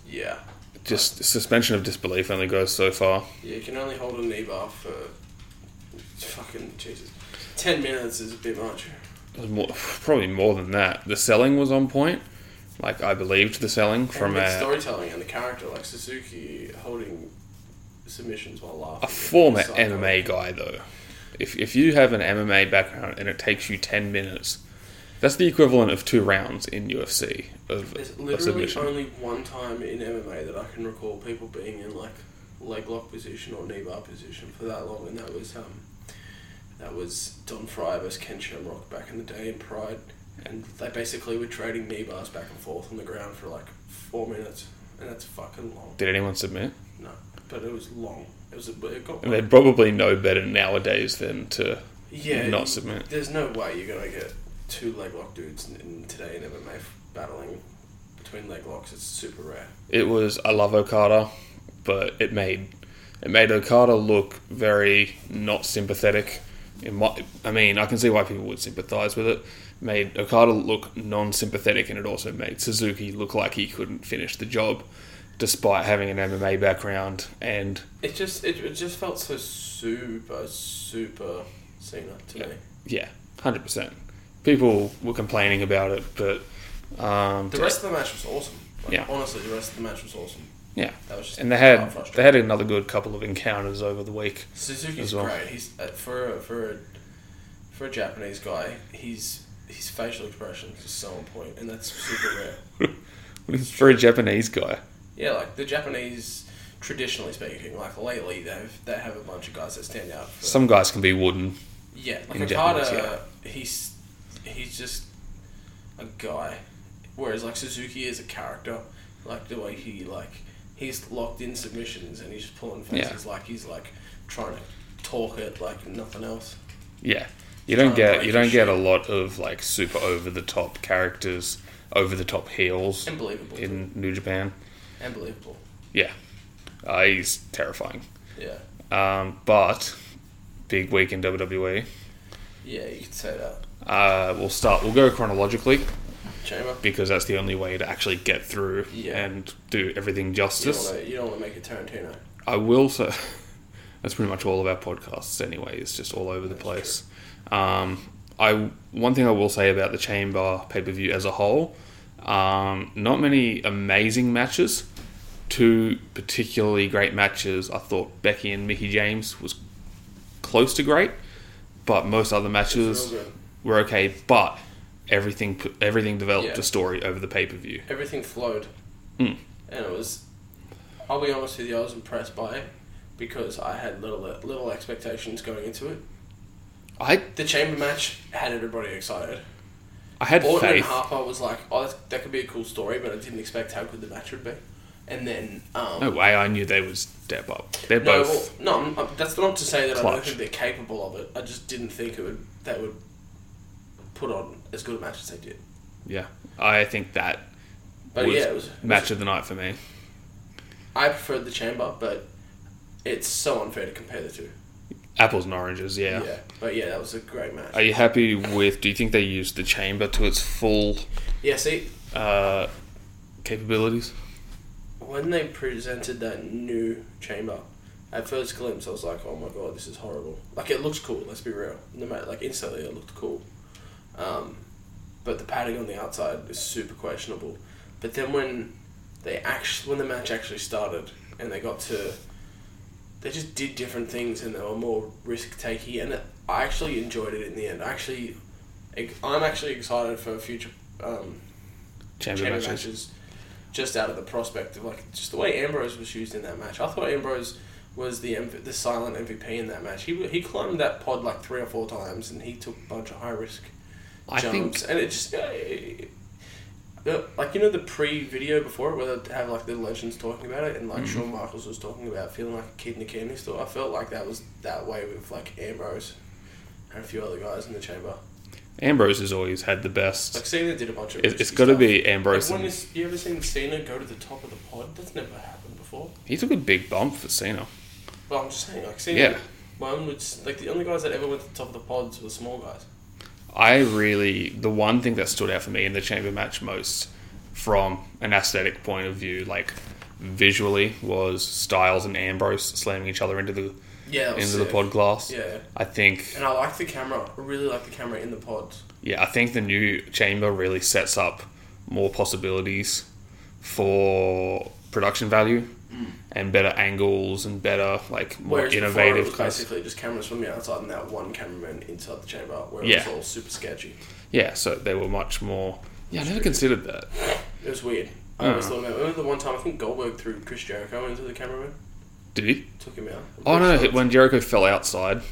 S4: yeah,
S1: Just suspension of disbelief only goes so far.
S4: yeah. You can only hold a knee bar for fucking Jesus. Ten minutes is a bit much.
S1: It was more, probably more than that. The selling was on point. Like I believed the selling from
S4: and good
S1: a,
S4: storytelling and the character like Suzuki holding submissions while laughing.
S1: a former
S4: It's like-
S1: MMA guy though. If if you have an MMA background and it takes you ten minutes, that's the equivalent of two rounds in UFC of
S4: There's
S1: a
S4: literally
S1: submission.
S4: only one time in MMA that I can recall people being in like leg lock position or knee bar position for that long, and that was um, that was Don Fry versus Ken Shamrock back in the day in Pride, and they basically were trading knee bars back and forth on the ground for like four minutes, and that's fucking long.
S1: Did anyone submit?
S4: No, but it was long. It was a, it got
S1: And they probably know better nowadays than to
S4: yeah
S1: not
S4: you-
S1: submit.
S4: There's no way you're gonna get two leg lock dudes in, in today in MMA f- battling between leg locks. It's super rare.
S1: It was I love Okada, but it made it made Okada look very not sympathetic. It might, I mean, I can see why people would sympathise with it. Made Okada look non-sympathetic, and it also made Suzuki look like he couldn't finish the job, despite having an MMA background. And
S4: It just it, it just felt so super super Cena to me.
S1: yeah, hundred percent. People were complaining about it, but um,
S4: The rest of the match was awesome. Like,
S1: Yeah.
S4: Honestly, the rest of the match was awesome.
S1: yeah,
S4: That was just
S1: and they had
S4: quite frustrating.
S1: they had another good couple of encounters over the week.
S4: Suzuki's
S1: as well.
S4: great. He's uh, for a, for a, for a Japanese guy. He's his facial expressions is so on point, and that's super rare.
S1: For a Japanese guy,
S4: Yeah, like the Japanese, traditionally speaking, like lately they've they have a bunch of guys that stand out. For,
S1: some guys can be wooden.
S4: yeah, like
S1: in
S4: Okada,
S1: Japanese,
S4: he's he's just a guy, whereas like Suzuki is a character. Like the way he like he's locked in submissions and he's just pulling faces, like he's like trying to talk it like nothing else.
S1: Yeah, you don't
S4: Trying to
S1: get
S4: break
S1: you
S4: his
S1: don't Oh, get a lot
S4: shit.
S1: of like super over the top characters, over the top heels
S4: Unbelievable.
S1: in New Japan.
S4: Unbelievable.
S1: Yeah, uh, he's terrifying.
S4: Yeah.
S1: Um, but big week in WWE.
S4: Yeah, you could say that.
S1: Uh, we'll start. We'll go chronologically
S4: Chamber.
S1: because that's the only way to actually get through
S4: Yeah.
S1: and do everything
S4: You
S1: justice.
S4: don't, wanna, you don't want to make it Tarantino.
S1: I will say that's pretty much all of our podcasts anyway. It's just all over the place. Um, I one thing I will say about the Chamber pay per view as a whole, um, not many amazing matches. Two particularly great matches. I thought Becky and Mickey James was close to great, but most other
S4: It's
S1: matches
S4: real good.
S1: were okay. But everything everything developed
S4: Yeah.
S1: a story over the pay per view.
S4: everything flowed.
S1: Mm.
S4: And it was, I'll be honest with you, I was impressed by it because I had little little expectations going into it.
S1: I
S4: The chamber match had everybody excited.
S1: I had
S4: Orton and
S1: faith.
S4: Harper was like, oh, that's, that could be a cool story, but I didn't expect how good the match would be. And then, um,
S1: No way! I knew they would step up. Oh, They're
S4: no,
S1: both.
S4: well, no, I'm- I'm- that's not to say that I
S1: Clutch.
S4: don't think they're capable of it. I just didn't think it would they would put on as good a match as they did.
S1: Yeah, I think that
S4: But
S1: was
S4: yeah, it was, it was
S1: match of the night for me.
S4: I preferred the chamber, but it's so unfair to compare the two.
S1: Apples and oranges, yeah.
S4: Yeah. But yeah, that was a great match.
S1: Are you happy with? Do you think they used the chamber to its full
S4: yeah, see,
S1: uh, capabilities?
S4: when they presented that new chamber, at first glimpse, I was like, oh my god, this is horrible. Like, it looks cool, let's be real. No matter, like, instantly it looked cool. Um, but the padding on the outside is super questionable. But then when they actually, when the match actually started and they got to, they just did different things and they were more risk taking and it, I actually enjoyed it in the end. I actually, I'm actually excited for future um,
S1: Chamber,
S4: chamber
S1: matches.
S4: matches. just out of the prospect of like just the way Ambrose was used in that match. I thought Ambrose was the MV, the silent MVP in that match. He he climbed that pod like three or four times, and he took a bunch of high risk
S1: I
S4: jumps,
S1: think
S4: and it just. yeah, it- it- like you know the pre-video before it, where they have like the legends talking about it, and like
S1: Mm-hmm.
S4: Shawn Michaels was talking about feeling like a kid in a candy store. I felt like that was that way with like Ambrose and a few other guys in the chamber.
S1: Ambrose has always had the
S4: Like
S1: best.
S4: Cena did a bunch of.
S1: It, it's
S4: risky
S1: got to
S4: stuff.
S1: be
S4: Like,
S1: Ambrose.
S4: when
S1: And,
S4: is, you ever seen Cena go to the top of the pod? That's never happened before.
S1: he took a big bump for Cena.
S4: But I'm just saying, like Cena.
S1: Yeah.
S4: One would s- like the only guys that ever went to the top of the pods were small guys.
S1: I really the one thing that stood out for me in the chamber match most from an aesthetic point of view, like visually, was Styles and Ambrose slamming each other into the
S4: Yeah. that was
S1: into the
S4: sick.
S1: pod glass.
S4: Yeah.
S1: I think
S4: And I like the camera. I really like the camera in the pods.
S1: yeah, I think the new chamber really sets up more possibilities for production value and better angles and better like more
S4: Whereas before it
S1: innovative
S4: was
S1: kinds.
S4: basically just cameras from the outside and that one cameraman inside the chamber where it
S1: Yeah.
S4: was all super sketchy.
S1: Yeah, so they were much more Yeah, I never considered that.
S4: It was weird.
S1: Hmm.
S4: I always thought about. Remember the one time I think Goldberg threw Chris Jericho into the cameraman,
S1: Did he?
S4: took him out.
S1: Oh no,
S4: Sure.
S1: when Jericho fell outside.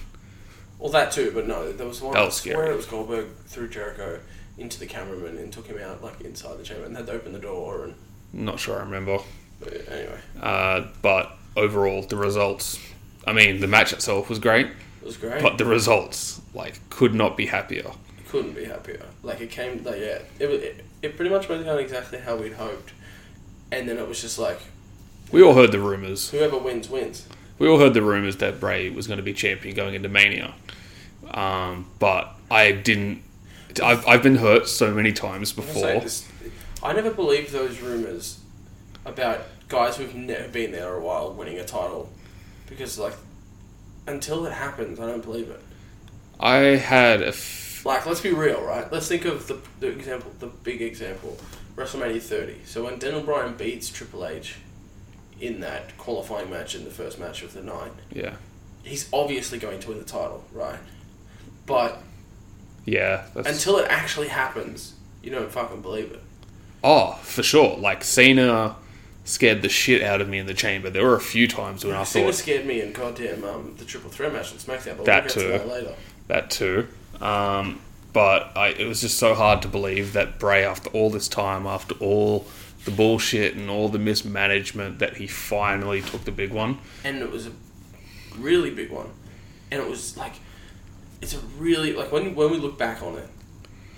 S4: Well, that too, but no, there was one
S1: That
S4: that
S1: was scary.
S4: where it was Goldberg threw Jericho into the cameraman and took him out like inside the chamber and had to open the door and
S1: Not sure I remember.
S4: but anyway,
S1: Uh, but overall, the results. I mean, the match itself was great,
S4: it was great.
S1: but the results like could not be happier.
S4: couldn't be happier. Like it came, like yeah, it was, it, it pretty much went down exactly how we'd hoped, and then it was just like
S1: We all heard the rumors.
S4: whoever wins wins.
S1: We all heard the rumors that Bray was going to be champion going into Mania, um, but I didn't. I've, I've been hurt so many times
S4: I'm gonna say
S1: before.
S4: this- I never believed those rumors about guys who've never been there a while winning a title, because like until it happens, I don't believe it.
S1: I had a f-
S4: Like let's be real, right? Let's think of the, the example, the big example, WrestleMania 30. So when Daniel Bryan beats Triple H in that qualifying match in the first match of the night,
S1: yeah
S4: he's obviously going to win the title, right? But
S1: yeah. That's,
S4: until it actually happens, you don't fucking believe it.
S1: Oh, for sure. Like Cena scared the shit out of me in the chamber. There were a few times when I
S4: Cena
S1: thought
S4: scared me in goddamn um, the triple threat match on SmackDown, but
S1: That
S4: we'll get
S1: too.
S4: to that later.
S1: that too. Um, but I, it was just so hard to believe that Bray, after all this time, after all the bullshit and all the mismanagement, that he finally took the big one.
S4: And it was a really big one. And it was like, it's a really, like when, when we look back on it,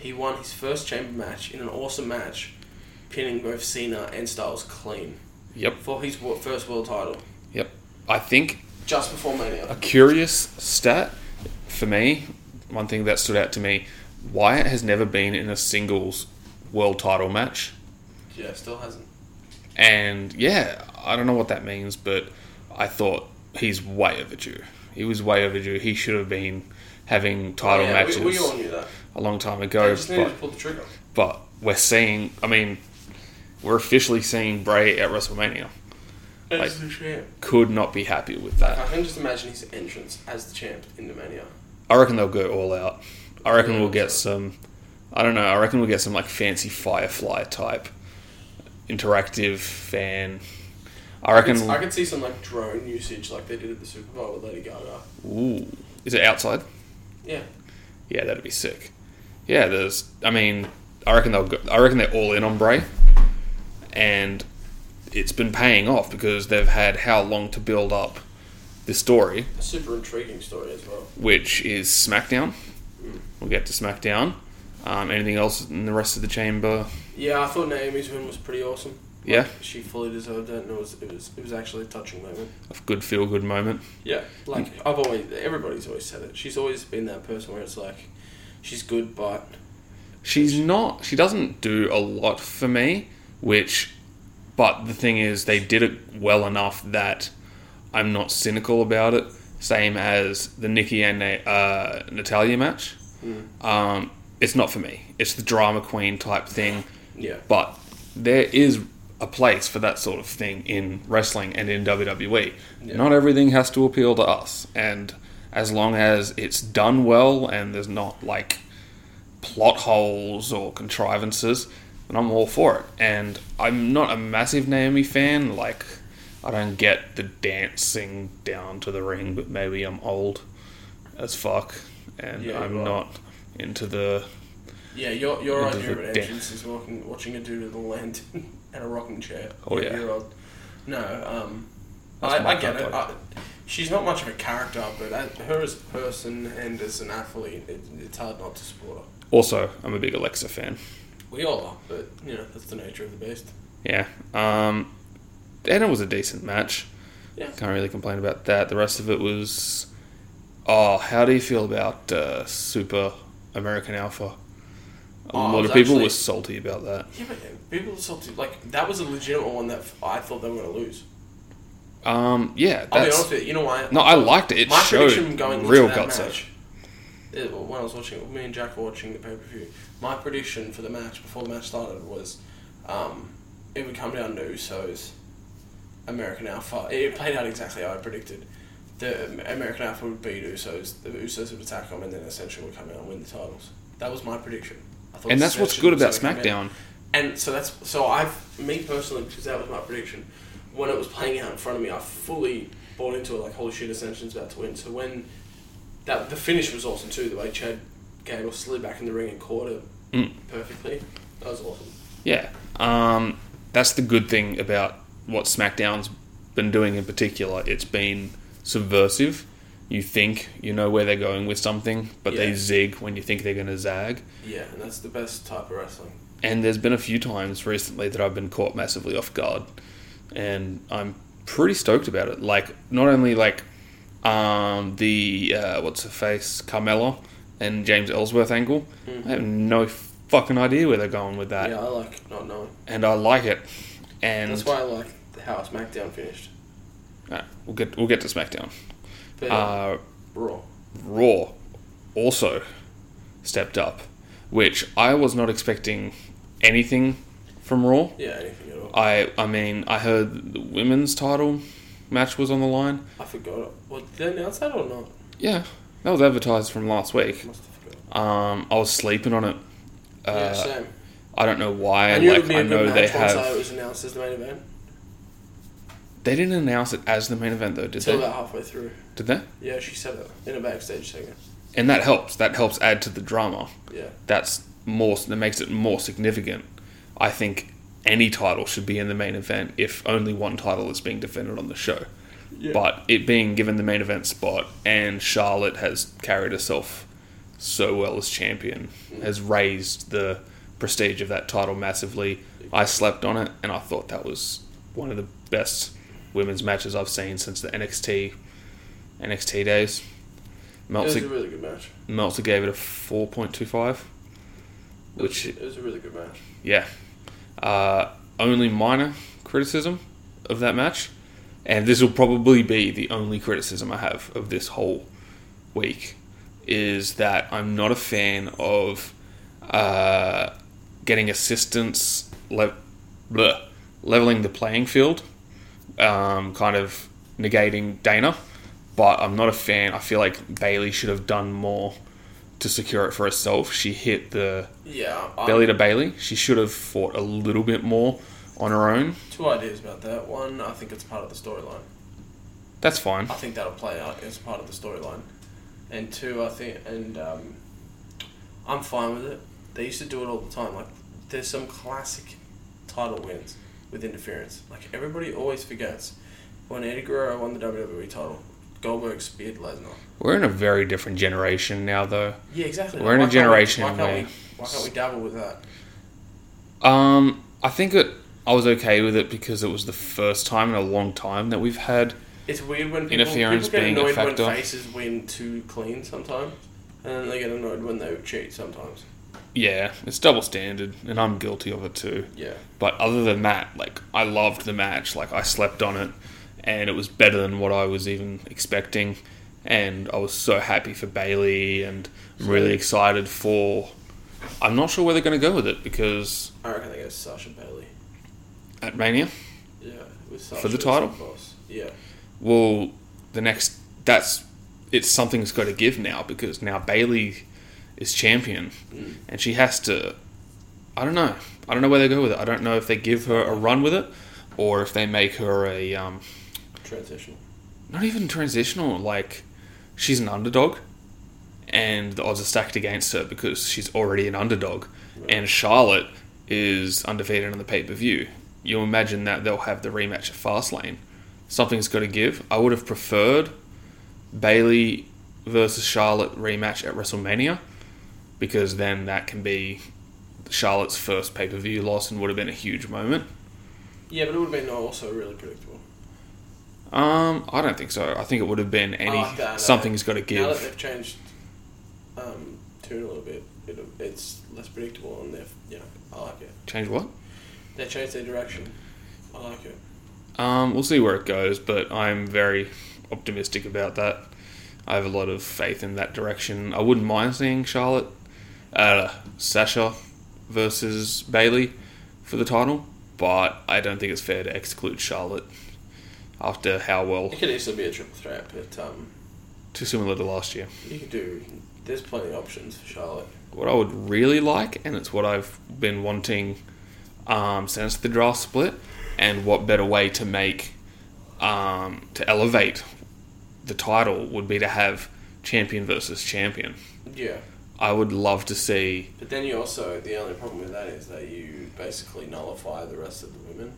S4: he won his first chamber match in an awesome match, pinning both Cena and Styles clean
S1: Yep,
S4: for his wo- first world title
S1: yep. I think
S4: just before Mania.
S1: a curious stat for me, one thing that stood out to me Wyatt has never been in a singles world title match.
S4: Yeah, still hasn't.
S1: And yeah, I don't know what that means, but I thought he's way overdue. He was way overdue. He should have been having title
S4: Oh, yeah,
S1: matches Oh,
S4: We, we all knew that.
S1: a long time
S4: They
S1: ago.
S4: just needed
S1: But,
S4: to pull the trigger.
S1: but we're seeing, I mean, we're officially seeing Bray at WrestleMania.
S4: As the champ.
S1: Could not be happier with
S4: I
S1: that.
S4: can just imagine his entrance as the champ in the Mania.
S1: I reckon they'll go all out. I reckon
S4: Yeah,
S1: we'll get
S4: so-
S1: some, I don't know, I reckon we'll get some like fancy Firefly type interactive fan. I
S4: I could,
S1: reckon.
S4: I could see some like drone usage like they did at the Super Bowl with Lady Gaga.
S1: Ooh. Is it outside?
S4: Yeah.
S1: Yeah, that'd be sick. Yeah, there's. I mean, I reckon they'll. Go, I reckon they're all in on Bray, and it's been paying off because they've had how long to build up this story,
S4: A super intriguing story as well.
S1: which is SmackDown. We'll get to SmackDown. Um, anything else in the rest of the chamber?
S4: Yeah, I thought Naomi's win was pretty awesome.
S1: Yeah,
S4: She fully deserved it and it was it was it was actually a touching moment.
S1: a good feel good moment.
S4: Yeah. Like I've always everybody's always said it. She's always been that person where it's like she's good but
S1: She's not. She doesn't do a lot for me, which. But the thing is, they did it well enough that I'm not cynical about it. Same as the Nikki and Na- uh, Natalia match.
S4: Mm.
S1: Um, it's not for me. It's the drama queen type thing.
S4: yeah.
S1: But there is a place for that sort of thing in wrestling and in WWE.
S4: Yeah.
S1: Not everything has to appeal to us, and as long as it's done well and there's not like plot holes or contrivances, and I'm all for it. And I'm not a massive Naomi fan. Like, I don't get the dancing down to the ring, but maybe I'm old as fuck, and
S4: Yeah,
S1: I'm
S4: you are.
S1: not into the
S4: Yeah, your your
S1: Into
S4: idea of
S1: the
S4: an
S1: death.
S4: entrance is walking, watching a dude in a lantern and a rocking chair.
S1: Oh, yeah.
S4: Year old. No, um,
S1: That's
S4: I,
S1: my
S4: I get
S1: type
S4: it. I, she's not much of a character, but as, her as a person and as an athlete, it, it's hard not to support her.
S1: Also, I'm a big Alexa fan.
S4: We all are, but you know that's the nature of the beast.
S1: Yeah. Um, and it was a decent match.
S4: Yeah.
S1: Can't really complain about that. The rest of it was. Oh, how do you feel about uh, Super American Alpha? A
S4: Oh, I
S1: lot
S4: was
S1: of people
S4: actually-
S1: were salty about that.
S4: Yeah, but people are salty. Like that was a legitimate one that I thought they were going to lose.
S1: Um, yeah,
S4: I'll be
S1: that's.
S4: honest with you. You know why?
S1: No, I liked it. It
S4: my
S1: showed
S4: prediction going
S1: real
S4: into that
S1: guts.
S4: match. Yeah, well, when I was watching, me and Jack were watching the pay per view. My prediction for the match before the match started was, um, it would come down to Usos, American Alpha. It played out exactly how I predicted. The Am- American Alpha would beat Usos. The Usos would attack them, and then Ascension would come out and win the titles. That was my prediction. I thought
S1: And that's what's
S4: Ascension
S1: good
S4: was
S1: about
S4: gonna come out.
S1: SmackDown.
S4: And so that's so I've me personally because that was my prediction. When it was playing out in front of me, I fully bought into it. Like holy shit, Ascension's about to win. So when that the finish was awesome too. The way Chad Gable slid back in the ring and caught it
S1: Mm.
S4: perfectly. That was awesome.
S1: Yeah. Um, that's the good thing about what SmackDown's been doing in particular. It's been subversive. You think you know where they're going with something, but they
S4: Yeah.
S1: zig when you think they're going to zag.
S4: Yeah, and that's the best type of wrestling.
S1: And there's been a few times recently that I've been caught massively off guard, and I'm pretty stoked about it. Like not only like um, the uh, what's her face Carmella and James Ellsworth angle. I have no fucking idea where they're going with that,
S4: Mm. yeah, I like not knowing.
S1: and I like it. Uh, And
S4: That's why I like how SmackDown finished.
S1: Alright, we'll get we'll get to SmackDown.
S4: But
S1: Uh,
S4: Raw.
S1: Raw also stepped up, which I was not expecting anything from Raw.
S4: Yeah, anything at all.
S1: I I mean I heard the women's title match was on the line.
S4: I forgot. it. Well, did they announce that or not?
S1: Yeah, that was advertised from last week.
S4: Must have forgot.
S1: Um, I was sleeping on it. Uh,
S4: yeah, same.
S1: I don't know why.
S4: I knew it
S1: like
S4: would be
S1: I
S4: a good
S1: know they
S4: match once
S1: have.
S4: it was announced as the main event.
S1: They didn't announce it as the main event though, did
S4: Until
S1: they?
S4: about halfway through.
S1: Did they?
S4: Yeah, she said it in a backstage segment.
S1: And that helps. That helps add to the drama.
S4: Yeah.
S1: that's more that makes it more significant. I think any title should be in the main event if only one title is being defended on the show. But it being given the main event spot and Charlotte has carried herself so well as champion has raised the prestige of that title massively. I slept on it and I thought that was one of the best women's matches I've seen since the NXT NXT days.
S4: It was
S1: Meltzer
S4: a really good match.
S1: Meltzer gave it a 4.25,
S4: It was,
S1: which,
S4: it was a really good match.
S1: yeah. Uh, only minor criticism of that match. And this will probably be the only criticism I have of this whole week is that I'm not a fan of uh, getting assistance, le- bleh, leveling the playing field, um, kind of negating Dana. But I'm not a fan. I feel like Bailey should have done more to secure it for herself. She hit the
S4: Yeah, I
S1: Belly to Bailey. She should have fought a little bit more on her own.
S4: two ideas about that. One, I think it's part of the storyline.
S1: That's fine.
S4: I think that'll play out as part of the storyline. And two, I think, and um, I'm fine with it. They used to do it all the time. Like, there's some classic title wins with interference. Like, everybody always forgets when Eddie Guerrero won the WWE title, Goldberg speared Lesnar.
S1: We're in a very different generation now, though.
S4: Yeah, exactly.
S1: We're in a
S4: Why can't we-
S1: generation
S4: Why can't,
S1: where-
S4: we, why can't we dabble with that?
S1: Um, I think it. I was okay with it because it was the first time in a long time that we've had.
S4: It's weird when people,
S1: Interference
S4: people get
S1: being a
S4: annoyed
S1: factor.
S4: when faces win too clean sometimes, and then they get annoyed when they cheat sometimes.
S1: Yeah, it's double standard, and I'm guilty of it too.
S4: Yeah,
S1: But other than that, like I loved the match. Like I slept on it, and it was better than what I was even expecting. And I was so happy for Bailey, and I'm really excited for. I'm not sure where they're going to go with it because
S4: I reckon they go Sasha Bailey.
S1: at Mania,
S4: Yeah, with Sasha
S1: the
S4: as
S1: title?
S4: boss. Yeah,
S1: well, the next that's it's something's got to give now because now Bailey is champion, and she has to. I don't know. I don't know where they go with it. I don't know if they give her a run with it, or if they make her a um,
S4: Transition.
S1: not even transitional. Like she's an underdog, and the odds are stacked against her because she's already an underdog, and Charlotte is undefeated on the pay per view. You imagine that they'll have the rematch at Fastlane. Something's got to give. I would have preferred Bailey versus Charlotte rematch at WrestleMania because then that can be Charlotte's first pay per view loss and would have been a huge moment.
S4: Yeah, but it would have been also really predictable.
S1: Um, I don't think so. I think it would have been any
S4: like that, uh,
S1: something's got to
S4: Now that
S1: give.
S4: they've changed um, tune a little bit, it, it's less predictable and they've, you know, I like it.
S1: Change what?
S4: They changed their direction. I like it.
S1: Um, we'll see where it goes, but I'm very optimistic about that. I have a lot of faith in that direction. I wouldn't mind seeing Charlotte, uh, Sasha versus Bailey for the title, but I don't think it's fair to exclude Charlotte after how well
S4: It could easily be a triple threat, but um,
S1: too similar to last year.
S4: you could do. There's plenty of options for Charlotte.
S1: what I would really like, and it's what I've been wanting um, since the draft split, and what better way to make um, to elevate the title would be to have champion versus champion.
S4: Yeah.
S1: I would love to see.
S4: But then you also, the only problem with that is that you basically nullify the rest of the women.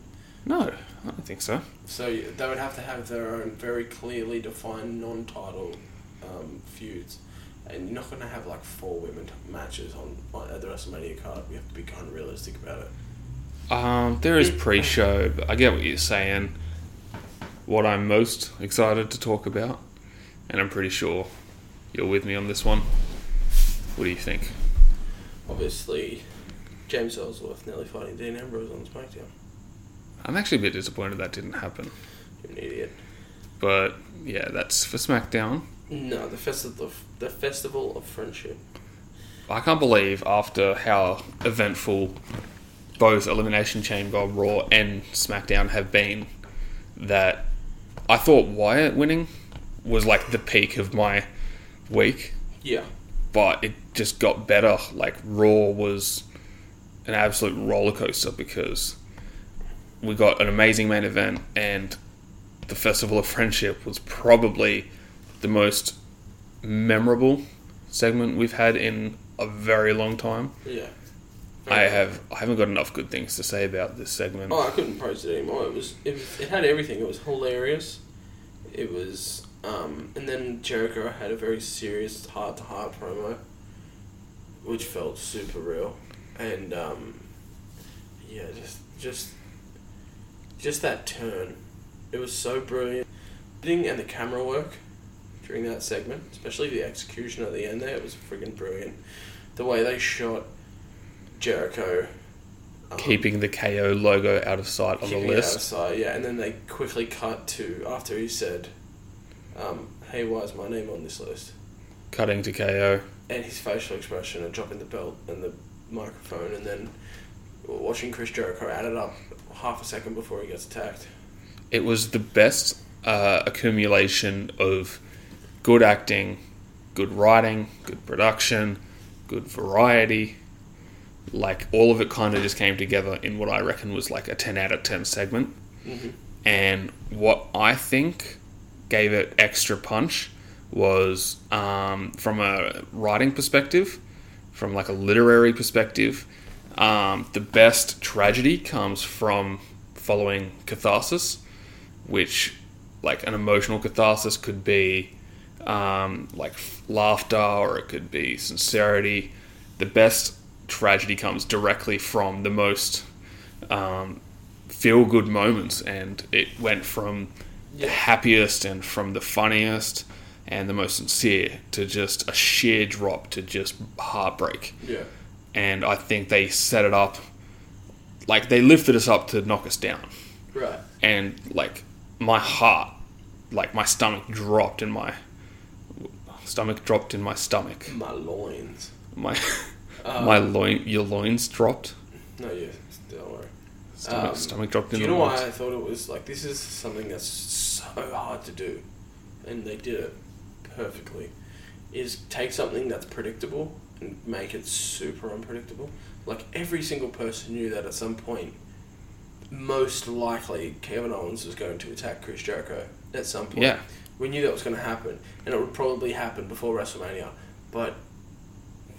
S1: No, I don't think so.
S4: So you, they would have to have their own very clearly defined non-title um, feuds, and you're not going to have like four women t- matches on, on at the WrestleMania card. We have to be kind of realistic about it.
S1: Um, there is pre-show. But I get what you're saying. What I'm most excited to talk about, and I'm pretty sure you're with me on this one. What do you think?
S4: Obviously, James Ellsworth nearly fighting Dean Ambrose on SmackDown.
S1: I'm actually a bit disappointed that didn't happen.
S4: You're an idiot.
S1: But yeah, that's for SmackDown.
S4: No, the festival, the festival of friendship.
S1: I can't believe after how eventful both Elimination Chamber, Raw, and SmackDown have been, that I thought Wyatt winning was like the peak of my week,
S4: Yeah,
S1: but it just got better. Like Raw was an absolute roller coaster because we got an amazing main event, and the Festival of Friendship was probably the most memorable segment we've had in a very long time.
S4: yeah.
S1: I have I haven't got enough good things to say about this segment.
S4: Oh, I couldn't praise it anymore. It was it, was- it had everything. It was hilarious. It was um, and then Jericho had a very serious heart to heart promo, which felt super real, and um, yeah, just just just that turn. It was so brilliant. Editing and the camera work during that segment, especially the execution at the end there, it was friggin' brilliant. The way they shot Jericho. um,
S1: Keeping the KO logo out of sight on the
S4: Keeping it
S1: list.
S4: outside, yeah, and then they quickly cut to after he said, um, "Hey, why is my name on this list?"
S1: Cutting to KO.
S4: And his facial expression and dropping the belt and the microphone, and then watching Chris Jericho add it up half a second before he gets attacked.
S1: It was the best uh, accumulation of good acting, good writing, good production, good variety. Like all of it kind of just came together in what I reckon was like a 10 out of 10 segment. And what I think gave it extra punch was um, from a writing perspective, from like a literary perspective, um, the best tragedy comes from following catharsis, which, like, an emotional catharsis could be um, like f- laughter or it could be sincerity. The best tragedy comes directly from the most um, feel good moments, and it went from the happiest and from the funniest and the most sincere to just a sheer drop to just heartbreak.
S4: Yeah,
S1: And I think they set it up like they lifted us up to knock us down
S4: right.
S1: and like my heart, like my stomach dropped in my stomach dropped in my stomach.
S4: My loins. Uh,
S1: My my
S4: Um,
S1: loin, your loins dropped.
S4: No, yeah, don't worry.
S1: Stomach,
S4: Um,
S1: stomach dropped
S4: Do
S1: in
S4: you
S1: the
S4: know why
S1: loins.
S4: I thought it was like this is something that's so hard to do, and they did it perfectly. Is take something that's predictable and make it super unpredictable. Like every single person knew that at some point, most likely Kevin Owens was going to attack Chris Jericho at some point.
S1: Yeah.
S4: We knew that was going to happen, and it would probably happen before WrestleMania. But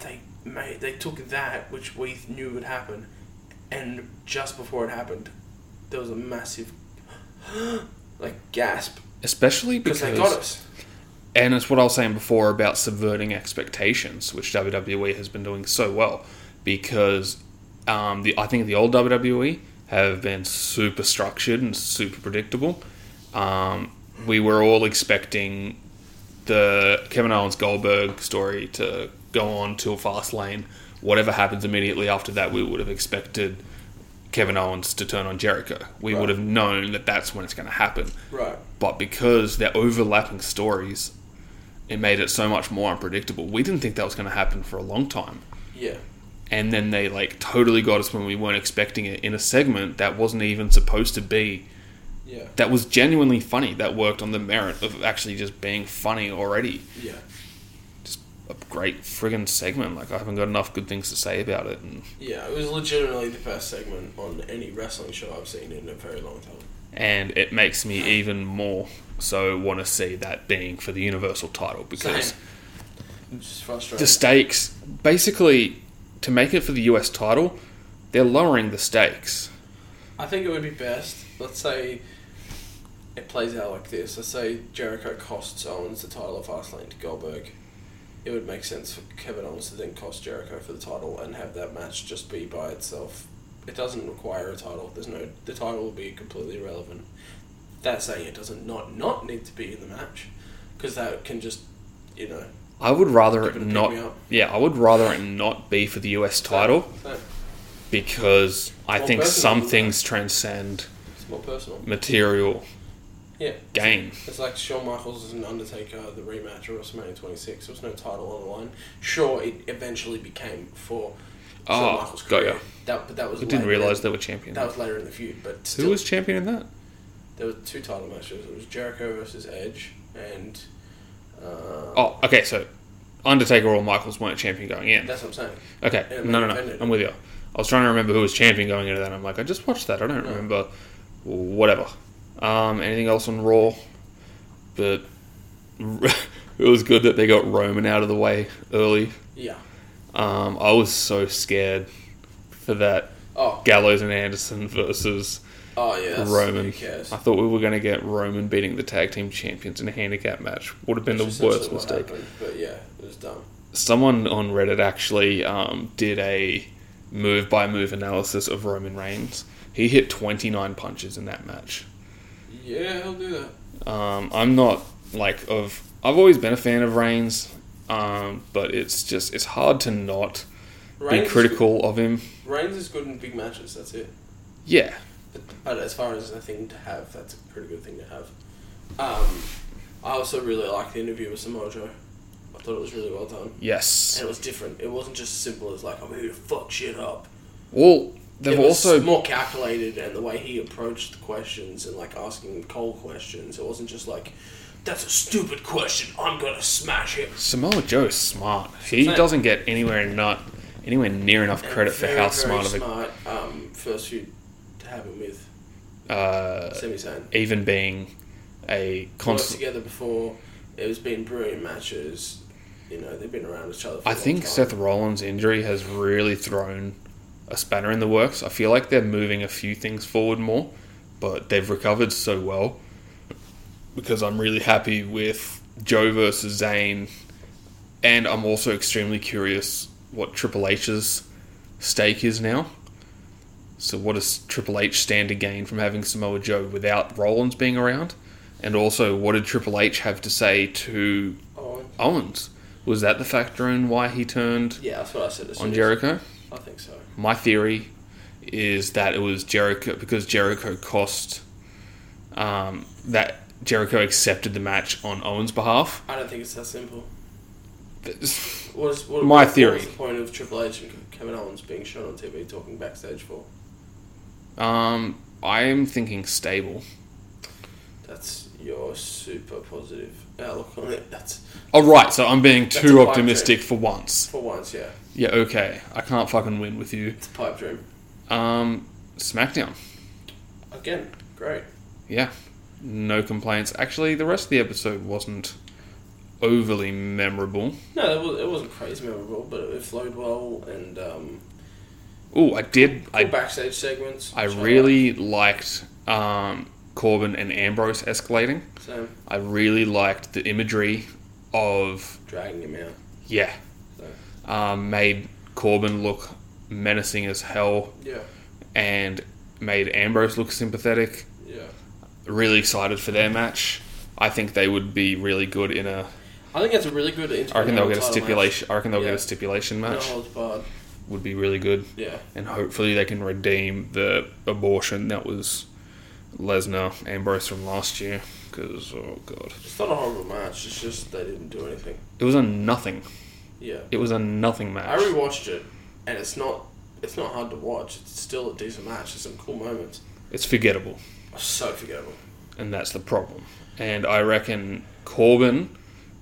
S4: they made they took that which we knew would happen, and just before it happened, there was a massive like gasp
S1: Especially
S4: because
S1: because
S4: they got us.
S1: And it's what I was saying before about subverting expectations, which WWE has been doing so well, because um, the I think the old WWE have been super structured and super predictable. Um, we were all expecting the Kevin Owens Goldberg story to go on till Fastlane. Whatever happens immediately after that, we would have expected Kevin Owens to turn on Jericho. We would have known that that's when it's going to happen
S4: Right.
S1: but because they're overlapping stories, it made it so much more unpredictable. We didn't think that was going to happen for a long time,
S4: Yeah.
S1: and then they like totally got us when we weren't expecting it in a segment that wasn't even supposed to be.
S4: Yeah.
S1: That was genuinely funny. That worked on the merit of actually just being funny already.
S4: Yeah.
S1: A great friggin' segment. Like I haven't got enough good things to say about it. And,
S4: Yeah, it was legitimately the best segment on any wrestling show I've seen in a very long time.
S1: and it makes me even more so want to see that being for the universal title because
S4: Same. It's just frustrating.
S1: the stakes basically to make it for the US title, they're lowering the stakes.
S4: I think it would be best. Let's say it plays out like this. Let's say Jericho costs Owens the title of Fastlane to Goldberg. It would make sense for Kevin Owens to then cost Jericho for the title and have that match just be by itself. It doesn't require a title. There's no the title will be completely irrelevant. That's saying it doesn't not not need to be in the match because that can just you know
S1: I would rather it
S4: Give it a
S1: not.
S4: pick-me-up.
S1: Yeah, I would rather it not be for the US title
S4: so-
S1: because I
S4: Well,
S1: think
S4: personally,
S1: some
S4: yeah.
S1: things transcend
S4: it's more personal.
S1: material
S4: Yeah.
S1: gain.
S4: It's like Shawn Michaels and Undertaker, the rematch of WrestleMania 26. There was no title on the line. Sure, it eventually became for Shawn
S1: Oh,
S4: Michaels'
S1: got
S4: career.
S1: ya.
S4: That, but that was
S1: I didn't
S4: later
S1: realize
S4: in-
S1: they were champion.
S4: that was later in the feud. But still,
S1: Who was champion in that?
S4: there were two title matches. It was Jericho versus Edge and. Uh,
S1: Oh, okay, so Undertaker or Michaels weren't champion going in.
S4: That's what I'm saying.
S1: Okay,
S4: Yeah,
S1: no, no,
S4: they
S1: no.
S4: defended.
S1: I'm with you. I was trying to remember who was champion going into that. I'm like, I just watched that. I don't
S4: No.
S1: remember. Whatever. Um, anything else on Raw? But it was good that they got Roman out of the way early.
S4: Yeah.
S1: Um, I was so scared for that
S4: Oh,
S1: Gallows and Anderson versus
S4: oh yeah. That's,
S1: Roman.
S4: Who cares?
S1: I thought we were going to get Roman beating the tag team champions in a handicap match. Would have been
S4: That's
S1: the
S4: essentially
S1: worst
S4: what
S1: mistake
S4: happened, but yeah, it was dumb.
S1: someone on Reddit actually um, did a move by move analysis of Roman Reigns. He hit 29 punches in that match.
S4: Yeah, he'll do that.
S1: Um, I'm not like of. I've always been a fan of Reigns, um, but it's just it's hard to not
S4: Reigns
S1: be
S4: is
S1: critical of him.
S4: good- Reigns is good in big matches. That's it.
S1: Yeah,
S4: But, but as far as a thing to have, that's a pretty good thing to have. Um, I also really liked the interview with Samoa Joe. I thought it was really well done.
S1: yes.
S4: And it was different. It wasn't just simple as like I'm here to fuck shit up.
S1: Well, they've
S4: it was
S1: also
S4: more calculated, and the way he approached the questions and like asking Cole questions, it wasn't just like, "That's a stupid question. I'm gonna smash him."
S1: Samoa Joe's smart. He
S4: Same.
S1: doesn't get anywhere not anywhere near enough
S4: And
S1: credit for
S4: very,
S1: how
S4: very
S1: smart of
S4: smart, um, first few to have him with
S1: a uh,
S4: Sami Zayn.
S1: even being a
S4: worked
S1: constant
S4: together before. It was been brilliant matches. You know, they've been around each other. For
S1: I
S4: a long
S1: think
S4: time.
S1: Seth Rollins' injury has really thrown a spanner in the works. I feel like they're moving a few things forward more, but they've recovered so well. Because I'm really happy with Joe versus Zayn, and I'm also extremely curious what Triple H's stake is now. So, what does Triple H stand to gain from having Samoa Joe without Rollins being around? And also, what did Triple H have to say to
S4: Oh,
S1: Owens. Was that the factor in why he turned
S4: yeah, that's what I said. as soon
S1: on
S4: as-
S1: Jericho?
S4: I think so.
S1: My theory is that it was Jericho because Jericho cost um, that Jericho accepted the match on Owens' behalf.
S4: I don't think it's that simple.
S1: That's-
S4: What is what,
S1: My
S4: what was
S1: theory.
S4: the point of Triple H and Kevin Owens being shown on TV talking backstage for?
S1: Um, I'm thinking stable.
S4: That's your super positive outlook on it. That's
S1: Oh, right, so I'm being
S4: a
S1: too
S4: pipe
S1: optimistic for once.
S4: for once, yeah.
S1: Yeah, okay. I can't fucking win with you.
S4: It's a pipe dream.
S1: Um, SmackDown.
S4: Again, great.
S1: Yeah, no complaints. Actually, the rest of the episode wasn't overly memorable.
S4: No, it, was, it wasn't crazy memorable, but it flowed well and um,
S1: Oh, I did.
S4: cool
S1: I
S4: backstage segments.
S1: I
S4: which
S1: really liked um, Corbin and Ambrose escalating.
S4: liked. So,
S1: I really liked the imagery of
S4: dragging him out.
S1: yeah, um, made Corbin look menacing as hell
S4: Yeah,
S1: and made Ambrose look sympathetic.
S4: yeah.
S1: Really excited for their match. I think they would be really good in a.
S4: I think that's a really good.
S1: I reckon they'll
S4: intercontinental
S1: get a
S4: title match.
S1: stipulation. I reckon they'll
S4: Yeah.
S1: get a stipulation
S4: No
S1: match.
S4: holds barred.
S1: Would be really good.
S4: Yeah,
S1: and hopefully they can redeem the abortion that was Lesnar Ambrose from last year. Because oh god,
S4: it's not a horrible match. It's just they didn't do anything.
S1: it was a nothing.
S4: Yeah,
S1: It was a nothing
S4: I
S1: match.
S4: rewatched it, and it's not. It's not hard to watch. It's still a decent match. There's some cool moments.
S1: It's forgettable,
S4: So forgettable.
S1: and that's the problem. And I reckon Corbin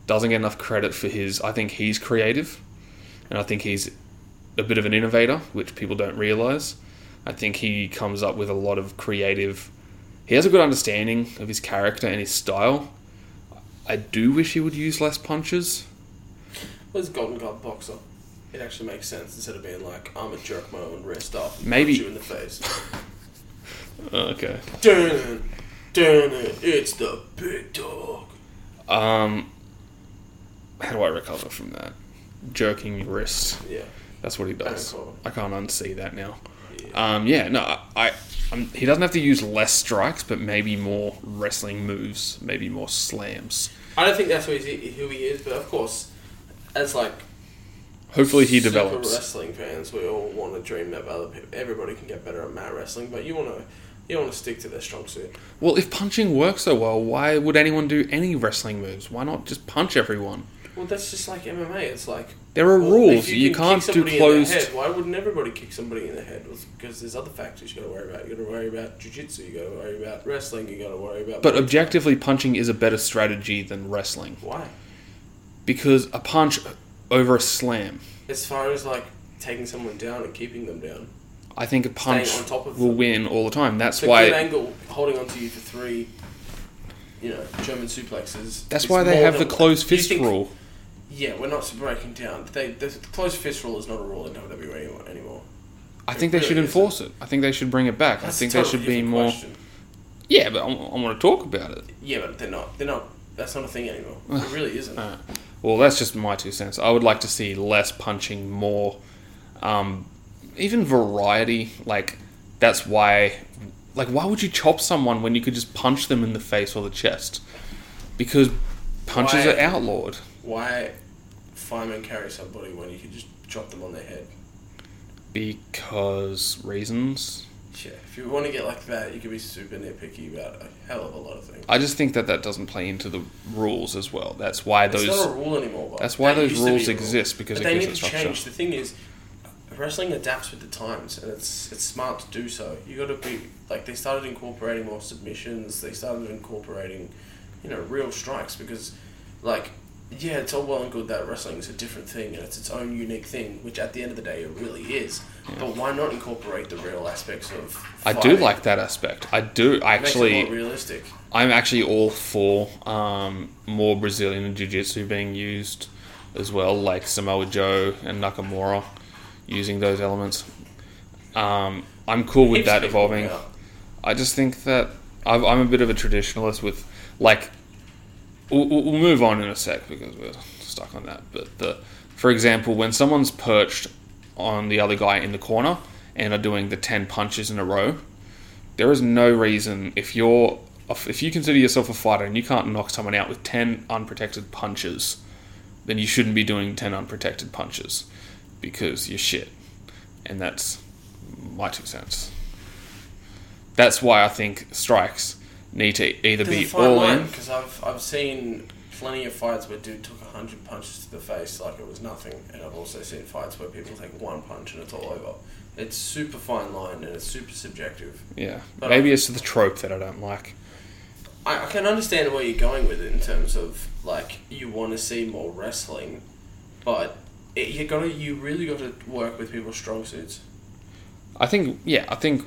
S1: doesn't get enough credit for his. I think he's creative, and I think he's a bit of an innovator, which people don't realize. I think he comes up with a lot of creative. He has a good understanding of his character and his style. I do wish he would use less punches.
S4: Where's Golden Glove boxer? It actually makes sense instead of being like, I'm a jerk my own wrist up. and punch
S1: Maybe-
S4: you in the face.
S1: Okay.
S4: Dun it, dun it, it's the big dog.
S1: Um, how do I recover from that? Jerking your wrist.
S4: Yeah,
S1: That's what he does.
S4: Very cool.
S1: I can't unsee that now. Um, yeah, no, I, I um, he doesn't have to use less strikes, but maybe more wrestling moves, maybe more slams.
S4: I don't think that's who, he's, who he is, but of course, as like
S1: Hopefully, he
S4: super
S1: develops.
S4: wrestling fans, we all want to dream that other people, everybody can get better at mat wrestling, but you want to you want to stick to their strong suit.
S1: Well, if punching works so well, why would anyone do any wrestling moves? Why not just punch everyone?
S4: Well, that's just like MMA. It's like
S1: There are
S4: well,
S1: rules.
S4: if
S1: You,
S4: can
S1: can't
S4: kick
S1: do
S4: somebody in the
S1: closed.
S4: head, why wouldn't everybody kick somebody in the head? Because there's other factors you got to worry about. You got to worry about jiu-jitsu. You got to worry about wrestling. You got to worry about.
S1: But objectively, punching is a better strategy than wrestling
S4: why?
S1: because a punch over a slam
S4: As far as like taking someone down and keeping them down,
S1: I think a punch
S4: Staying on top of
S1: will
S4: them.
S1: win all the time. That's
S4: it's a good
S1: why.
S4: angle holding onto you for three. You know, German suplexes.
S1: That's
S4: is
S1: why they
S4: more
S1: have the
S4: than-
S1: closed
S4: Do you
S1: fist
S4: think-
S1: rule.
S4: Yeah, we're not breaking down. They, the closed fist rule is not a rule in WWE anymore- anymore.
S1: I think they
S4: really
S1: should
S4: isn't.
S1: enforce it. I think they should bring it back. I
S4: That's
S1: think
S4: a
S1: they
S4: totally
S1: should be
S4: different
S1: more.
S4: question.
S1: Yeah, but I, want to talk about it.
S4: Yeah, but they're not. They're not. That's not a thing anymore. It really isn't.
S1: Uh, well, that's just my two cents. I would like to see less punching, more, um, even variety. Like that's why. Like, why would you chop someone when you could just punch them in the face or the chest? Because punches
S4: Why-
S1: are outlawed.
S4: Why firemen carry somebody when you can just drop them on their head?
S1: Because reasons.
S4: Yeah, if you want to get like that, you can be super nitpicky about a hell of a lot of things.
S1: I just think that that doesn't play into the rules as well. That's why those.
S4: it's not a rule anymore. But
S1: that's why
S4: that
S1: those
S4: used to be
S1: rules
S4: a rule.
S1: exist, because
S4: but
S1: it
S4: they
S1: gives
S4: need
S1: it
S4: to
S1: structure.
S4: change. The thing is, wrestling adapts with the times, and it's it's smart to do so. You got to be like they started incorporating more submissions. They started incorporating, you know, real strikes because, like, yeah, it's all well and good that wrestling is a different thing and it's its own unique thing, which at the end of the day it really is. But why not incorporate the real aspects of?
S1: I do
S4: fighting?
S1: like that aspect. I do I
S4: It makes
S1: actually.
S4: it more realistic.
S1: I'm actually all for um, more Brazilian jiu-jitsu being used as well, like Samoa Joe and Nakamura using those elements. Um, I'm cool with
S4: Heaps
S1: that
S4: of people
S1: evolving.
S4: now.
S1: I just think that I've, I'm a bit of a traditionalist with, like, we'll, we'll we'll move on in a sec because we're stuck on that. But the, for example, when someone's perched on the other guy in the corner and are doing the ten punches in a row, there is no reason if you're if you consider yourself a fighter and you can't knock someone out with ten unprotected punches, then you shouldn't be doing ten unprotected punches because you're shit, and that's my two cents. That's why I think strikes need to either
S4: There's a
S1: be
S4: fine
S1: all in.
S4: because I've I've seen plenty of fights where dude took hundred punches to the face like it was nothing, and I've also seen fights where people take one punch and it's all over. It's super fine line and it's super subjective.
S1: Yeah,
S4: But
S1: maybe
S4: I-
S1: it's the trope that I don't like.
S4: I, I can understand where you're going with it in terms of like you want to see more wrestling, but it, you gotta you really gotta work with people's strong suits.
S1: I think yeah, I think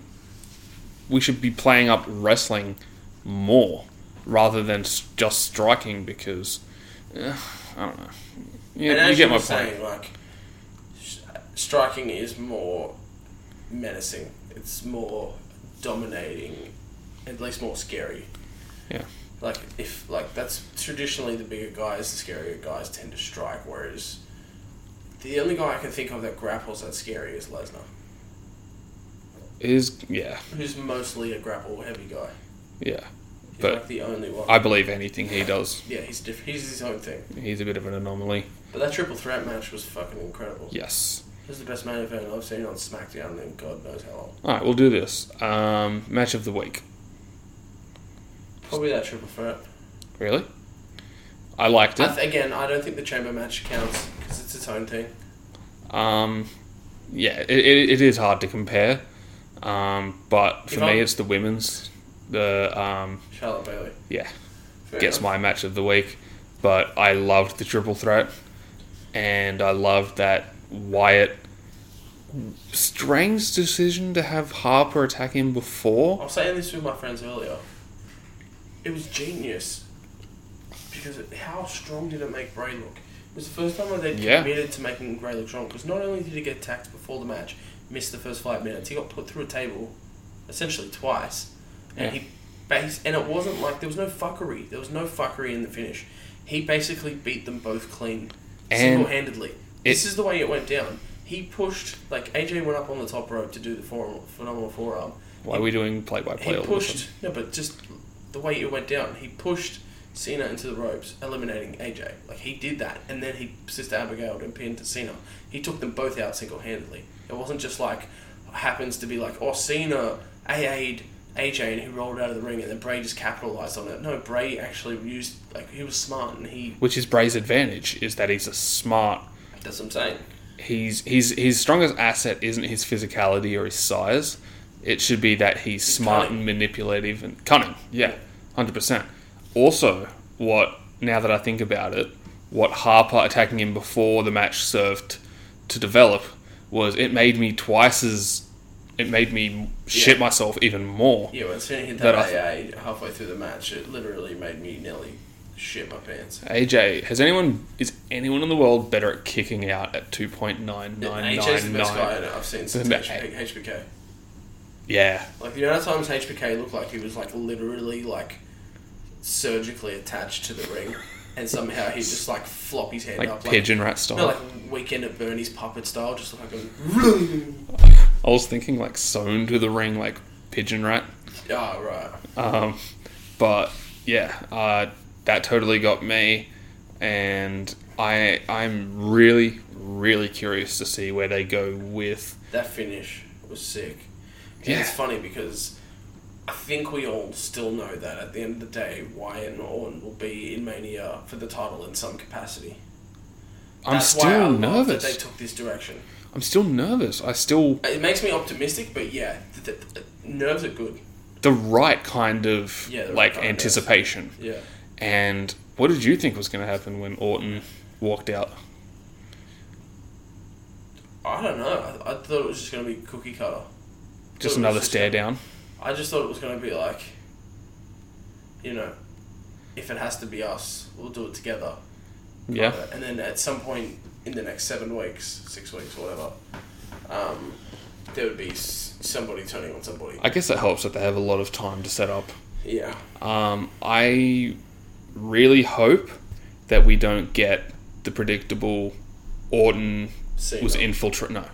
S1: we should be playing up wrestling more rather than s- just striking because eh, I don't know. You,
S4: and
S1: you
S4: as
S1: get
S4: you
S1: my
S4: were
S1: point.
S4: saying, like s- striking is more menacing. It's more dominating, at least more scary.
S1: Yeah.
S4: Like if like that's traditionally the bigger guys, the scarier guys tend to strike. Whereas the only guy I can think of that grapples that scary is Lesnar,
S1: Is yeah,
S4: who's mostly a grapple heavy guy.
S1: yeah.
S4: He's
S1: But-
S4: like the only one.
S1: I believe anything he does.
S4: yeah, he's diff- he's his own thing.
S1: He's a bit of an anomaly.
S4: But that triple threat match was fucking incredible.
S1: Yes.
S4: It was the best main event I've seen on SmackDown in God knows how long.
S1: All right, we'll do this. Um, match of the week.
S4: Probably that triple threat.
S1: Really? I liked
S4: I
S1: it.
S4: th- again, I don't think the chamber match counts because it's its own thing.
S1: Um, yeah, it, it, it is hard to compare. Um, but for
S4: If I'm-
S1: me, it's the women's. The um,
S4: Charlotte Bailey.
S1: yeah,
S4: Fair
S1: gets
S4: enough.
S1: my match of the week. But I loved the triple threat, and I loved that Wyatt strange decision to have Harper attack him
S4: I
S1: before.
S4: was saying this with my friends earlier. It was genius because it, how strong did it make Bray look? It was the first time that they
S1: Yeah.
S4: committed to making Bray look strong because not only did he get attacked before the match, missed the first five minutes, he got put through a table, essentially twice, and
S1: Yeah.
S4: he base and it wasn't like there was no fuckery. There was no fuckery in the finish. He basically beat them both clean,
S1: And
S4: single-handedly. This
S1: it-
S4: is the way it went down. He pushed like AJ went up on the top rope to do the forearm, phenomenal forearm.
S1: Why are we doing play by play
S4: He
S1: all the time?
S4: pushed. No, but just the way it went down, he pushed Cena into the ropes, eliminating AJ. Like he did that, and then he Sister Abigail and pinned to Cena. He took them both out single handedly. It wasn't just like happens to be like oh Cena AA'd AJ and he rolled out of the ring, and then Bray just capitalized on it. No, Bray actually used like he was smart and he.
S1: Which is Bray's advantage is that he's a smart
S4: That's what I'm saying.
S1: he's he's his strongest asset isn't his physicality or his size. It should be that he's, smart
S4: cunning.
S1: and manipulative and cunning. Yeah, hundred percent. Also, what now that I think about it, what Harper attacking him before the match served to develop was it made me twice as it made me shit
S4: Yeah.
S1: myself even more.
S4: Yeah, when Cena hit
S1: That
S4: that,
S1: I-
S4: AA halfway through the match, it literally made me nearly shit my pants.
S1: AJ, has anyone is anyone in the world better at kicking out at two point nine nine
S4: AJ's the
S1: nine
S4: best
S1: nine?
S4: guy I've seen since
S1: No.
S4: HBK. HBK.
S1: Yeah,
S4: Like the amount of times HBK looked like he was like literally like surgically attached to the ring, and somehow he just like flop his hand
S1: like
S4: up
S1: pigeon rat
S4: like
S1: style.
S4: you know, like Weekend at Bernie's puppet style, just like a
S1: I was thinking like sewn to the ring, like pigeon rat.
S4: ah right.
S1: Um, but yeah, uh, that totally got me, and I I'm really really curious to see where they go with.
S4: That finish was sick. And
S1: Yeah.
S4: It's funny because I think we all still know that at the end of the day, Wyatt and Orton will be in Mania for the title in some capacity.
S1: I'm
S4: That's why I
S1: still
S4: love that
S1: nervous.
S4: they took this direction.
S1: I'm still nervous. I still
S4: It makes me optimistic, but yeah, th- th- th- nerves are good.
S1: the right kind of
S4: Yeah, the right
S1: like
S4: kind of-
S1: anticipation.
S4: Yeah.
S1: And what did you think was going to happen when Orton walked out?
S4: I don't know. I, I thought it was just going to be cookie cutter.
S1: Just
S4: was
S1: another
S4: just
S1: stare
S4: gonna-
S1: down.
S4: I just thought it was going to be like, you know, if it has to be us, we'll do it together.
S1: Yeah.
S4: And then at some point in the next seven weeks, six weeks, whatever, um, there would be s- somebody turning on somebody.
S1: I guess that helps that they have a lot of time to set up.
S4: Yeah.
S1: Um, I really hope that we don't get the predictable Orton
S4: Cena.
S1: was infiltrating. No,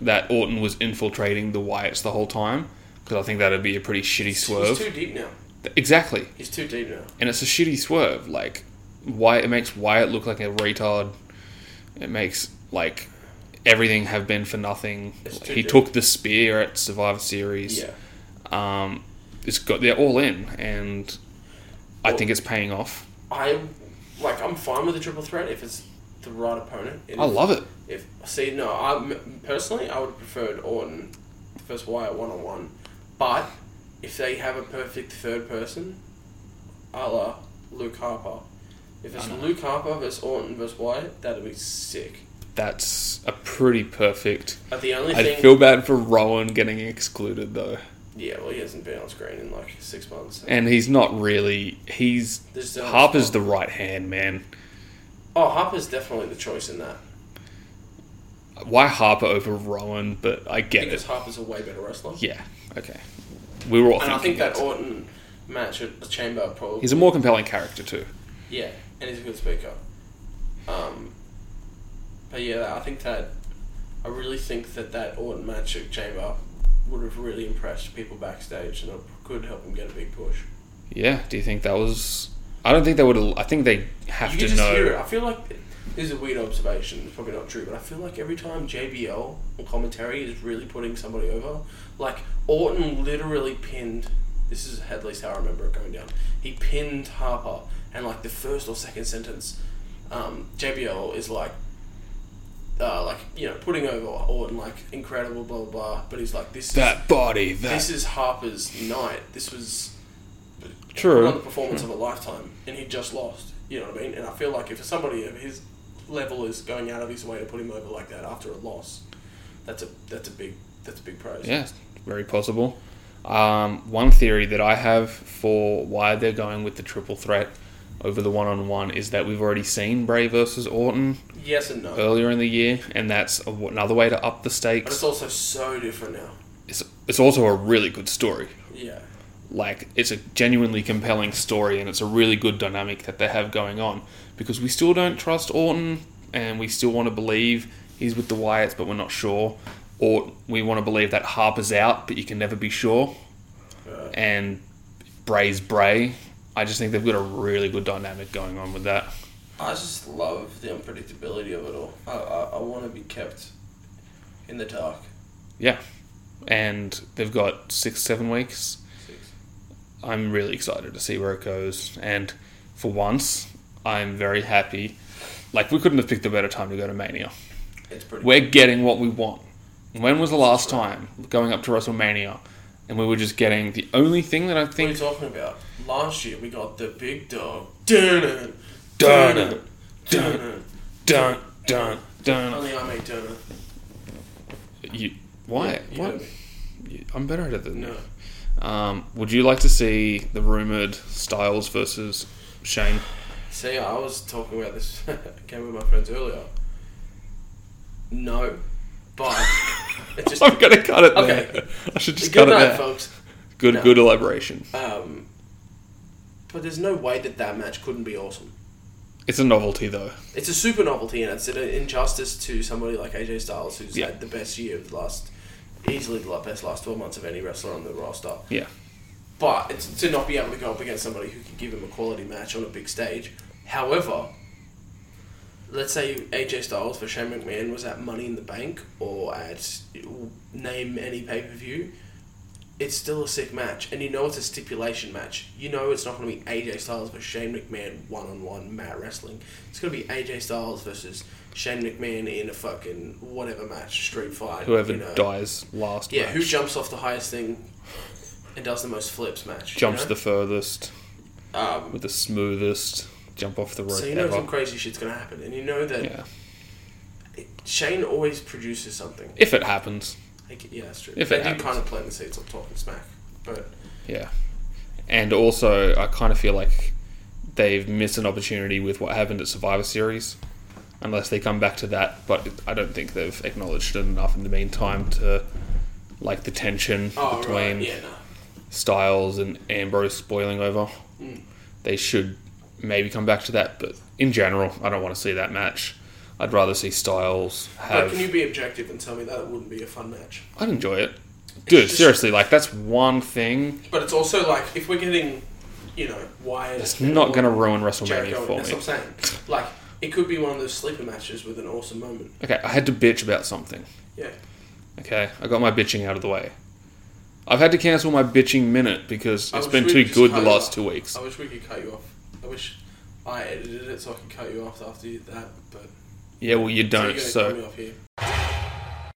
S1: that Orton was infiltrating the Wyatts the whole time because I think that'd be a pretty shitty
S4: He's
S1: swerve.
S4: too deep now.
S1: exactly,
S4: He's too deep now.
S1: and it's a shitty swerve. Like why it makes Wyatt look like a retard. It makes like everything have been for nothing.
S4: It's too
S1: He
S4: deep.
S1: took the spear at Survivor Series.
S4: Yeah.
S1: Um, it's got they're all in, and I
S4: Well-
S1: think it's paying off.
S4: I like. I'm fine with the triple threat if it's the right opponent. It
S1: I
S4: is-
S1: love it.
S4: If see, no, I m- personally I would have preferred Orton versus Wyatt one on one, but if they have a perfect third person, a la Luke Harper. If it's Luke Harper versus Orton versus Wyatt, that'd be sick.
S1: That's a pretty perfect.
S4: But the only
S1: I
S4: thing,
S1: feel bad for Rowan getting excluded though,
S4: yeah, well, he hasn't been on screen in like six months. so
S1: and he's not really. He's
S4: there's no-
S1: Harper's the right hand man.
S4: Oh, Harper's definitely the choice in that
S1: Why Harper over Rowan? But I get
S4: because
S1: it.
S4: Harper's a way better wrestler.
S1: Yeah. Okay. We were all
S4: and I
S1: thinking
S4: think that
S1: that.
S4: Orton match at the Chamber probably.
S1: He's a more compelling character too.
S4: Yeah, and he's a good speaker. Um, but yeah, I think that I really think that that Orton match at Chamber would have really impressed people backstage, and it could help him get a big push.
S1: Yeah. Do you think that was? I don't think they would. I think they have
S4: you
S1: to
S4: can just
S1: know.
S4: hear it. I feel like this is a weird observation. It's probably not true, but I feel like every time JBL on commentary is really putting somebody over, like Orton literally pinned. This is at least how I remember it going down. He pinned Harper, and like the first or second sentence, um, JBL is like. Uh, like you know, putting over Orton like incredible, blah blah blah. But he's like, this is
S1: That body.
S4: this
S1: That.
S4: is Harper's night. This was
S1: True.
S4: one performance of a lifetime, and he just lost. You know what I mean? And I feel like if somebody of his level is going out of his way to put him over like that after a loss, that's a that's a big that's a big prize.
S1: Yeah, very possible. Um, one theory that I have for why they're going with the triple threat over the one on one is that we've already seen Bray versus Orton
S4: Yes and no,
S1: earlier in the year, and that's a, another way to up the
S4: but it's
S1: stakes.
S4: also so different now.
S1: It's, it's also a really good story.
S4: Yeah,
S1: Like, it's a genuinely compelling story, and it's a really good dynamic that they have going on because we still don't trust Orton, and we still want to believe he's with the Wyatts, but we're not sure. Or we want to believe that Harper's out, but you can never be sure
S4: uh,
S1: and Bray's Bray. I just think they've got a really good dynamic going on with that.
S4: I just love the unpredictability of it all. I I, I want to be kept in the dark.
S1: Yeah. And they've got six, seven weeks.
S4: Six.
S1: I'm really excited to see where it goes. And for once, I'm very happy. Like, we couldn't have picked a better time to go to Mania.
S4: It's pretty.
S1: We're getting what we want. When was the last time going up to WrestleMania and we were just getting the only thing that I
S4: what are you
S1: think.
S4: talking about? Last year we got the big dog. Dun it,
S1: Dun
S4: dun
S1: it,
S4: it, dun it.
S1: Dun, dun, dun.
S4: Only I made dun it.
S1: You, why?
S4: You
S1: What?
S4: heard me.
S1: I'm better at it than you.
S4: No.
S1: Um, would you like to see the rumored Styles versus Shane?
S4: See, I was talking about this game with my friends earlier. No, but it just
S1: I'm gonna cut it.
S4: Okay.
S1: There. I should just cut
S4: good
S1: it
S4: night,
S1: there.
S4: folks.
S1: Good,
S4: No.
S1: good elaboration.
S4: Um, but there's no way that that match couldn't be awesome.
S1: It's a novelty though.
S4: It's a super novelty, and it's an injustice to somebody like AJ Styles, who's
S1: Yeah.
S4: had the best year of the last, easily the best last twelve months of any wrestler on the roster.
S1: Yeah,
S4: But it's, to not be able to go up against somebody who can give him a quality match on a big stage. However, let's say AJ Styles for Shane McMahon was at Money in the Bank or at name any pay per view. It's still a sick match, and you know it's a stipulation match. You know it's not going to be AJ Styles versus Shane McMahon one on one mat wrestling. It's going to be AJ Styles versus Shane McMahon in a fucking whatever match, street fight.
S1: whoever
S4: you know.
S1: dies last.
S4: Yeah, who
S1: match,
S4: jumps off the highest thing and does the most flips match?
S1: jumps
S4: you
S1: the furthest
S4: the. Um,
S1: with the smoothest jump off the rope
S4: so you know
S1: ever?
S4: some crazy shit's gonna happen, and you know that
S1: yeah,
S4: Shane always produces something.
S1: if it happens.
S4: Like, yeah, that's true.
S1: If
S4: they
S1: it
S4: do
S1: happens.
S4: kind of plant the seeds of talking smack, but
S1: Yeah, and also I kind of feel like they've missed an opportunity with what happened at Survivor Series, unless they come back to that. But I don't think they've acknowledged it enough in the meantime to like the tension
S4: oh
S1: between
S4: right, yeah, no,
S1: Styles and Ambrose spoiling over.
S4: Hmm.
S1: They should maybe come back to that, but in general, I don't want to see that match. I'd rather see Styles
S4: but
S1: have.
S4: can you be objective and tell me that it wouldn't be a fun match?
S1: I'd enjoy it, dude.
S4: just-
S1: seriously, like that's one thing
S4: But it's also like if we're getting, you know, wired.
S1: that's not going to ruin
S4: Jericho.
S1: WrestleMania for
S4: that's
S1: me.
S4: what I'm saying. Like it could be one of those sleeper matches with an awesome moment.
S1: Okay, I had to bitch about something.
S4: Yeah,
S1: Okay, I got my bitching out of the way. I've had to cancel my bitching minute because
S4: I
S1: it's
S4: wish
S1: been
S4: we
S1: too
S4: Oh, just
S1: good the
S4: cut it
S1: last
S4: off. Oh.
S1: two weeks.
S4: I wish we could cut you off. I wish I edited it so I could cut you off after you did that, but
S1: Yeah, well, you don't,
S4: so
S1: so
S4: you're gonna cut me off here.